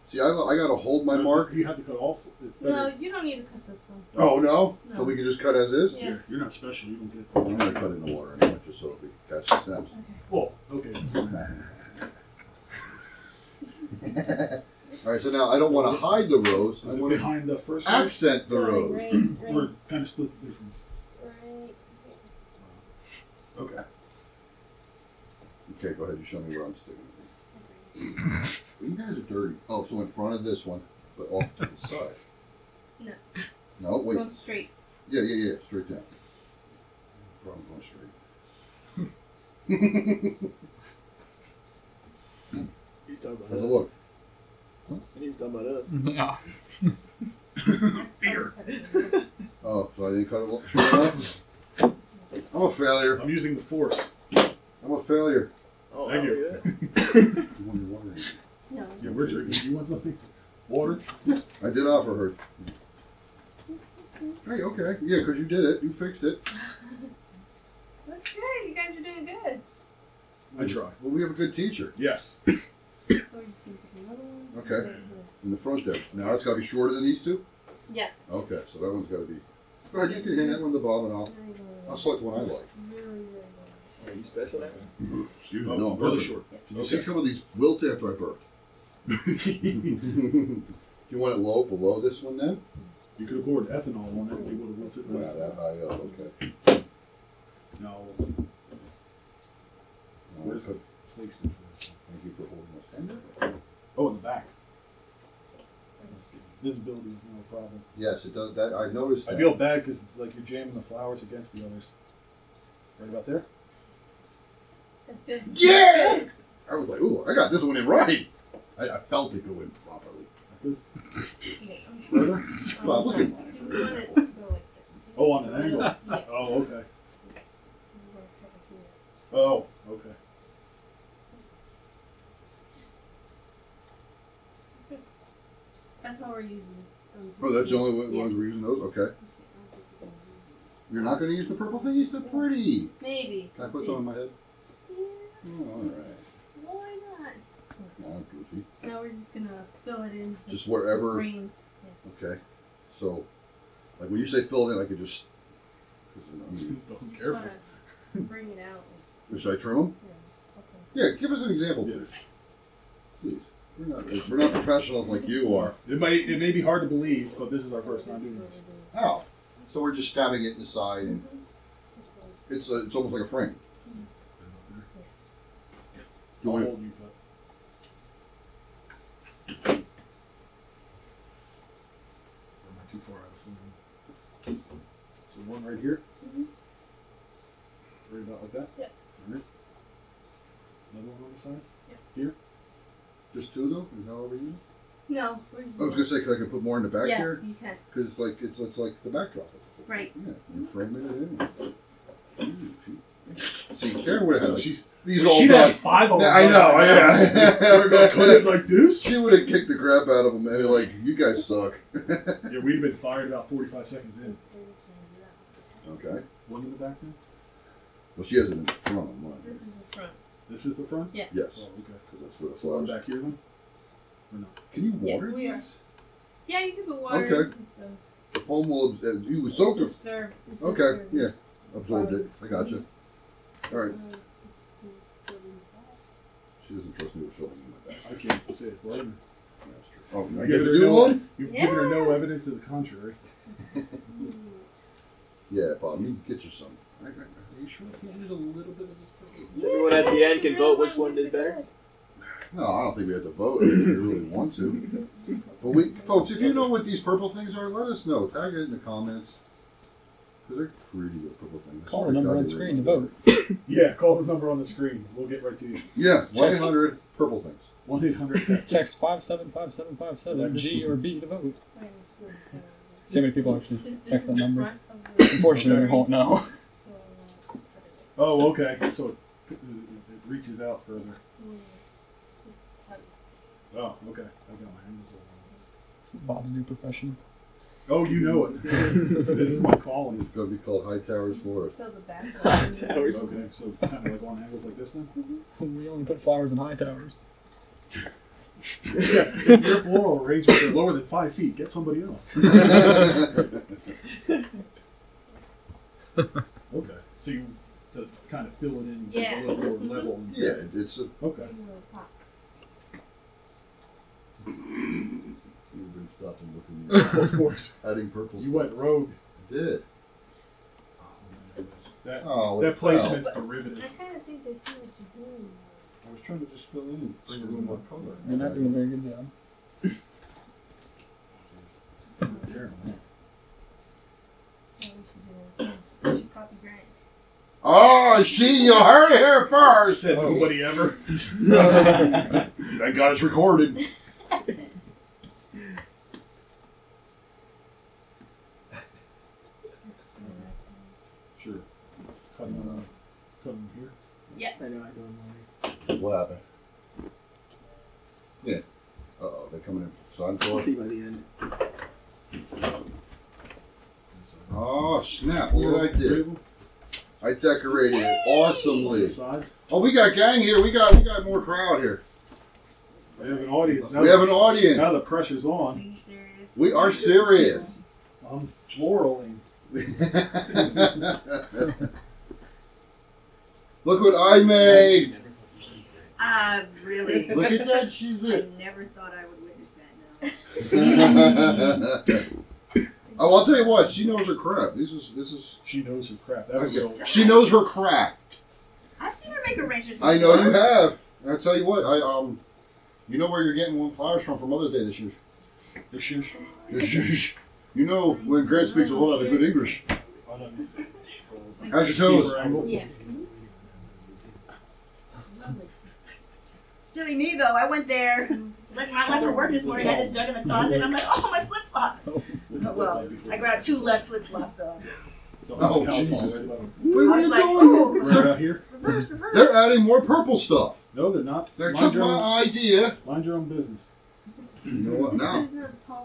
S1: See, I, I got to hold my mark.
S4: You have to cut off. It's
S7: No,
S4: better.
S7: you don't need to cut this one.
S1: Oh no!
S7: No.
S1: So we can just cut as is.
S7: Yeah.
S4: You're, you're not special. You don't get.
S1: I'm gonna cut it in the water anyway, just so we can catch the snaps.
S4: Oh, okay.
S1: All right. So now I don't want to hide the rose. I
S4: Is it
S1: want to
S4: behind the first one?
S1: accent the
S7: Right,
S1: rose.
S7: Right,
S4: We're
S7: right,
S4: kind of split the difference.
S7: right.
S4: Okay.
S1: Okay, go ahead. You show me where I'm sticking. You guys are dirty. Oh, so in front of this one, but off to the side.
S7: No.
S1: No, wait.
S7: Go straight.
S1: Yeah, yeah, yeah, straight down. Problem going straight.
S8: He was talking about
S1: How's
S8: us.
S1: it look?
S8: He was talking about us.
S9: Yeah.
S7: Beer.
S1: Oh, so I didn't cut it lo- short enough? I'm a failure.
S4: I'm using the force.
S1: I'm a failure.
S8: Oh,
S4: Thank
S8: wow,
S4: you.
S8: look at that.
S1: You wonder why.
S7: No.
S4: Yeah, we're drinking. You want something? Water?
S1: I did offer her. Hey, okay. Yeah, because you did it. You fixed it.
S7: That's good. You guys are doing good.
S4: I try.
S1: Well, we have a good teacher
S4: Yes.
S7: We're just gonna pick another one.
S1: Okay. in the front there. Now it's got to be shorter than these two?
S7: Yes.
S1: Okay, so that one's got to be. All right, you can hand that one to Bob and I'll,
S7: Really, really,
S1: I'll select one I like.
S7: really, really.
S8: Are you special now?
S1: Excuse
S4: Oh,
S1: no, I'm
S4: really
S1: burping.
S4: short.
S1: Did you see some of these wilt after I burped? Do you want it low below this one then?
S4: You could have poured ethanol on it. We would have looked at
S1: Wow,
S4: this.
S1: that high up, okay.
S14: No.
S4: Where's the placement for this? Thank you for holding us. Oh, in the back. This building is no problem.
S1: Yes, it does. That I noticed.
S4: I
S1: that.
S4: feel bad because it's like you're jamming the flowers against the others. Right about there.
S7: That's good.
S1: Yeah! I was like, ooh, I got this one in right. I, I felt it go in properly. Further? Well, look at
S4: Oh, on an angle. Oh, okay. Oh, okay.
S7: That's what we're using. Um,
S1: Oh, that's the only one- ones we're using those? Okay. You're not going to use the purple thing? It's so pretty.
S7: Maybe.
S1: Can I put
S7: See.
S1: some on my head?
S7: Yeah,
S1: Oh, all right.
S7: why not?
S1: Now I'm goofy.
S7: Now we're just gonna fill it in. with-
S1: Just wherever-
S7: with Rings.
S1: Okay. So, like when you say fill it in, I could just.
S7: Just wanna Bring it out.
S1: Should I trim them? Yeah, give us an example, please. Please. We're not, we're not professionals like you are.
S4: It may it may be hard to believe, but this is our first time doing this.
S1: Oh. So we're just stabbing it in the side, and it's a, it's almost like a frame. Do you want to,
S4: Am I too far out of frame? So one right here.
S7: Mhm.
S4: Right about like that.
S7: Yep.
S4: All right. Another one on the side.
S7: Yep.
S4: Here.
S1: just two though? Is that over you?
S7: No, we're just.
S1: I was Oh, gonna say, 'cause I could put more in the back
S7: yeah,
S1: here
S7: you can.
S1: because it's like it's, it's like the backdrop.
S7: Right.
S1: Yeah, you frame it in. See, Karen would have had like,
S4: She's-
S1: these
S4: she'd
S1: all done.
S4: have five of them
S1: I know.
S4: done.
S1: Yeah.
S4: Would've gone cut it like this?
S1: She would have kicked the crap out of them and be like, "You guys suck."
S4: Yeah, we'd have been fired about forty-five seconds in.
S1: okay.
S4: One in the back now.
S1: Well, she has it in front of mine.
S7: This is the front.
S4: This is the front.
S7: Yeah.
S1: Yes.
S4: Oh, okay.
S1: 'Cause That's what, that's what I
S4: One
S1: was.
S4: back here then. Or no?
S1: Can you
S7: Yeah,
S1: water
S7: we are.
S1: these?
S7: Yeah, you can put water.
S1: Okay.
S7: in, so
S1: The foam will. abs- Uh, you soaked it.
S7: Observe. It's
S1: Okay.
S7: observed.
S1: Yeah. Absorbed it. I gotcha. All right.
S7: Uh, it's the-
S1: She doesn't trust me with filling in my back.
S4: I can't say it's right.
S1: Oh, I
S4: You've
S1: get
S4: given
S1: to
S4: her
S1: do
S4: no-
S1: one.
S4: You've given her no evidence to the contrary.
S1: Yeah, Bob. You can get you some. I, I, are you sure? Can you use a little bit of this?
S8: Everyone at the end can vote which one did better.
S1: No, I don't think we have to vote if you really want to. But we, folks, if you know what these purple things are, let us know. Tag it in the comments. Because they're pretty little purple things.
S9: Call the number on screen to vote.
S4: Yeah, call the number on the screen. We'll get right to you.
S1: Yeah, 1 800 purple things.
S4: One eight hundred.
S9: Text five seven five seven five seven G or B to vote. See how many people actually
S7: Since this
S9: text that
S7: is the
S9: number.
S7: front of the- uh,
S9: Unfortunately, we won't know.
S4: Oh, okay. So it, it, it reaches out further.
S7: Just how it's-
S4: Oh, okay. I got my hands all
S9: This is Bob's new profession.
S4: wrong. Oh, you know it. this is my column.
S1: It's going to be called High Towers Forest.
S7: Fill the back.
S8: Towers.
S4: Okay, so kind of like on angles like this then.
S9: We only put flowers in high towers.
S4: yeah, your floral arrangements are lower than five feet. Get somebody else. Okay. So you to kind of fill it in
S7: Yeah.
S4: a little more level.
S1: Yeah, it's a.
S4: Okay.
S1: You've been stopped and looking
S4: Of course.
S1: Adding purple.
S4: You went rogue.
S1: I did.
S4: That,
S1: Oh, wow.
S4: that placement's derivative.
S7: I kind of think they see what you're doing.
S1: I was trying to just fill in, bring a little more color.
S9: You're not doing a very good job.
S4: Terrible.
S7: Yeah, we should do that. We should copy Grant.
S1: Oh, see, you heard it here first.
S4: Said nobody ever.
S1: Thank God it's recorded.
S4: Sure. Cut them,
S1: uh,
S4: cut them here.
S8: I know I don't
S1: What happened? Yeah. Uh oh, they're coming in from
S8: We'll
S1: Seinfeld.
S8: see by the end.
S1: Oh, snap. Look what I did. I decorated it awesomely.
S4: Sides.
S1: Oh, we got gang here. We got we got more crowd here.
S4: We have an audience.
S1: We have an
S4: Now the
S1: audience.
S4: pressure's
S7: Are
S4: on.
S7: you serious?
S1: We are serious.
S4: I'm floraling.
S1: Look what I made.
S15: Uh, really?
S1: Look at that. She's
S15: I
S1: it.
S15: never thought I would witness that now.
S1: I Oh, well, I'll tell you what. She knows her crap. This is this is.
S4: She knows her crap. That was
S1: Okay.
S4: a-
S1: She knows her crap.
S15: I've seen her make arrangements.
S1: I know you
S15: before.
S1: have. And I tell you what. I um, you know where you're getting one flowers from for Mother's Day this year. This year. This year. You know when Grant speaks a whole lot of good English. How's your toes?
S15: Yeah. Silly me though. I went there. Like when I left for work this morning, I just dug in the closet. and I'm like, oh, my flip flops. Oh, well, I grabbed two left flip flops. So
S1: Oh Jesus!
S15: I was like, oh,
S4: Right out here.
S15: reverse, reverse.
S1: They're adding more purple stuff.
S4: No, they're not.
S1: They
S4: Mind
S1: took
S4: your own-
S1: my idea.
S4: Mind your own business.
S1: You know what now?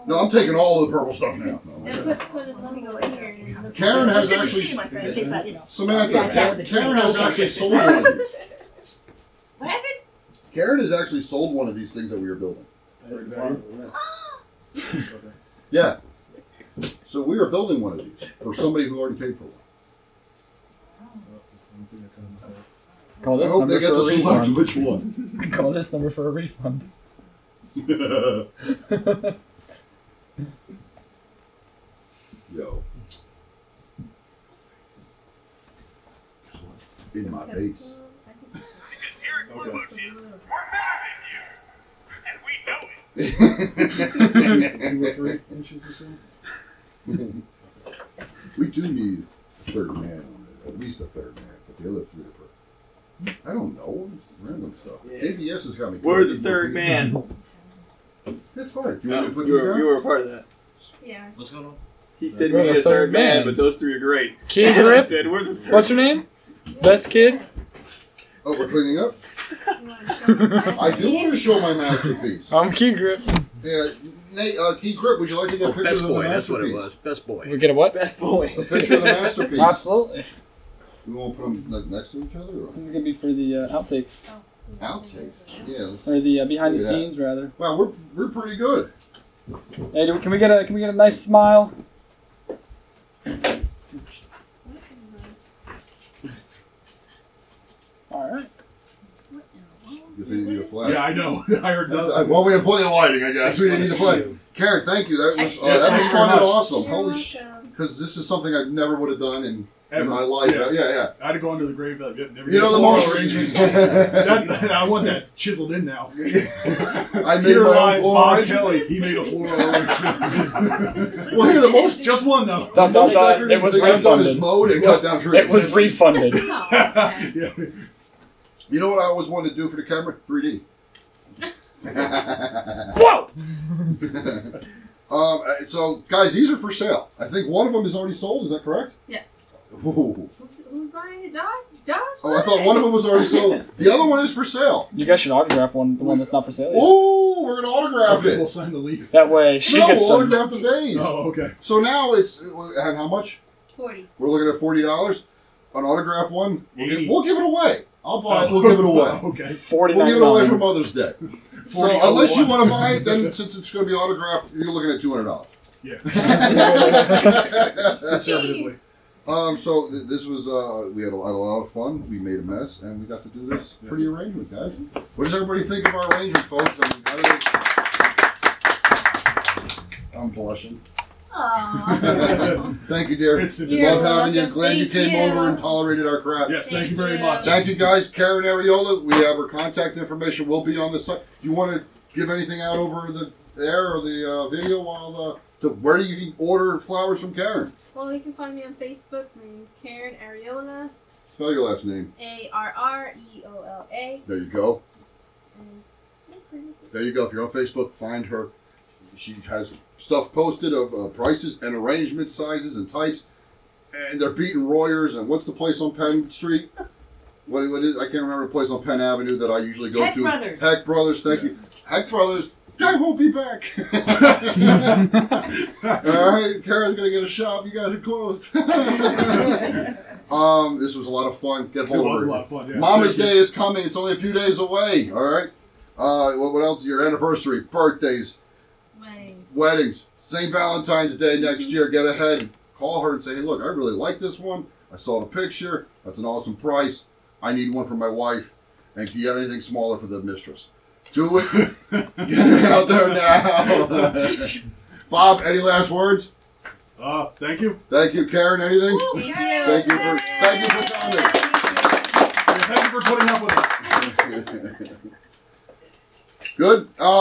S1: No, I'm taking all the purple stuff now.
S7: And put, put a little in here. and look-
S1: Karen has
S15: It's good to
S1: actually-
S15: see you, my friend. It tastes like, you know.
S1: Samantha,
S15: Yeah, I sat with the
S1: Karen
S15: drink.
S1: has actually sold one.
S15: What happened?
S1: Karen has actually sold one of these things that we were building.
S4: Okay.
S1: Yeah. So we are building one of these for somebody who already paid for one.
S9: Call
S1: I
S9: this
S1: hope
S9: number
S1: they get
S9: for
S1: to
S9: a
S1: select
S9: refund.
S1: which one.
S9: Call this number for a refund.
S1: Yo. In my face.
S4: Two or three inches or so.
S1: we do need a third man on it, at least a third man, but the other three are. I don't know. It's random stuff.
S8: Yeah.
S1: KBS has got me.
S8: We're the
S1: confused.
S8: third man. Oh,
S1: That's fine. Do you want me to put
S8: you,
S1: these
S8: were,
S1: down?
S8: you were a part of that.
S7: Yeah.
S8: What's going on? He said
S16: We're
S8: we
S16: the
S8: need a
S16: third
S8: third man,
S16: man.
S8: but those three are great.
S16: Kid
S8: And I
S16: Rip?
S8: said, we're the third
S16: What's your name? Best kid?
S1: Oh, we're cleaning up. I do want to show my masterpiece.
S16: I'm Key Grip.
S1: Yeah, Nate, uh, Key Grip, would you like to get a picture
S8: Oh, Best
S1: of the
S8: boy, that's
S1: masterpiece?
S8: what it was. Best boy.
S16: We get a what?
S8: Best boy.
S1: A picture of the masterpiece.
S9: Absolutely.
S1: We won't put them like, next to each other. Or?
S9: This is gonna be for the uh, outtakes
S1: Outtakes. Yeah. let's-
S9: or the uh, behind the
S1: Look at that.
S9: scenes rather.
S1: Wow, we're we're pretty good.
S9: Hey, do, can we get a can we get a nice smile? All right.
S1: Guess we didn't need a flag.
S4: Yeah, I know. I heard
S1: That's- uh,
S4: nothing.
S1: well, we had plenty of lighting, I guess. We didn't need a flag. Karen, thank you. That was uh, that was fun and awesome. Holy sh! Because this is something I never would have done in, in
S4: Ever.
S1: my life.
S4: Yeah.
S1: Yeah, yeah.
S4: I'd have gone to the grave. But yep, never
S1: You
S4: did
S1: know the
S4: floral
S1: most-
S4: arrangements. that, that- I want that chiseled in now.
S1: I made
S4: Here
S1: my own
S4: lies
S1: floral
S4: Bob
S1: arrangement.
S4: Kelly. He made a floral arrangement.
S1: Well, here, the most-
S4: just one though.
S9: Dot, dot,
S1: Most
S9: dot.
S1: accurate
S9: It was
S1: thing I've done is
S9: refunded.
S1: mowed and cut down trees.
S9: It was refunded.
S7: Oh,
S4: yeah.
S1: You know what I always wanted to do for the camera? 3D.
S9: Whoa!
S1: Um, uh, so, guys, these are for sale. I think one of them is already sold. Is that correct?
S7: Yes.
S1: Ooh.
S7: Who's, who's buying it? Josh? Josh?
S1: Oh, I thought one of them was already sold. The other one is for sale.
S9: You guys should autograph one, the one that's not for sale. Yet.
S1: Ooh, we're gonna autograph
S4: Okay, we'll
S1: it.
S4: sign the leaf.
S9: That way she
S1: Oh. No,
S9: gets
S1: we'll
S9: some.
S1: autograph the vase.
S4: Oh, okay.
S1: So now it's and how much?
S7: 40.
S1: We're looking at forty dollars. An autograph one. We'll give,
S4: Eighty.
S1: we'll give it away. I'll buy it. We'll give it away.
S4: okay.
S9: Forty
S1: We'll give it away for
S9: nine.
S1: Mother's Day. So
S4: 40
S1: unless you
S4: one.
S1: want to buy it, then since it's going to be autographed, you're looking at two hundred dollars.
S4: Yeah.
S1: Conservatively. Um, so th- this was uh, we had a, had a lot of fun. We made a mess, and we got to do this pretty arrangement, guys. What does everybody think of our arrangement, folks? I mean, how do they- I'm blushing.
S7: Aw.
S1: Thank you, dear.
S4: It's-
S1: Love
S7: You're
S1: having you.
S7: welcome.
S1: Glad you
S7: Thank
S1: came
S7: you.
S1: over and tolerated our crap.
S4: Yes, thank,
S7: Thank
S4: you very
S7: you.
S4: much.
S1: Thank you, guys. Karen Ariola, we have her contact information. We'll be on the site. Do you want to give anything out over the air or the uh, video while the to, where do you order flowers from Karen?
S7: Well, you can find me on Facebook. My name is Karen Ariola.
S1: Spell your last name.
S7: A R R E O L A.
S1: There you go.
S7: And yeah, pretty much it.
S1: There you go. If you're on Facebook, find her. She has stuff posted of uh, prices and arrangements, sizes and types. And they're beating Royers. And what's the place on Penn Street? What, what is? I can't remember the place on Penn Avenue that I usually go
S15: Heck
S1: to.
S15: Brothers.
S1: Heck Brothers. Thank you. Heck Brothers. I won't be back. All right, Karen's gonna get a shop. You guys are closed. um, this was a lot of fun. Get
S4: It
S1: hold of
S4: was
S1: her.
S4: a lot of fun. Yeah.
S1: Mama's
S4: Thank
S1: Day is coming. It's only a few days away. All right. Uh, what, what else? Your anniversary, birthdays,
S7: My
S1: weddings, St. Valentine's Day next
S4: Mm-hmm.
S1: year. Get ahead. Call her and say, hey, look, I really like this one. I saw the picture. That's an awesome price. I need one for my wife. And do you have anything smaller for the mistress? Do it. Get it out there now. Bob, any last words?
S4: you. Uh, thank you.
S1: Thank you, Karen. Anything?
S7: Thank you.
S1: Thank you for thank you for coming.
S4: Thank you for putting up with us.
S1: Good. Uh,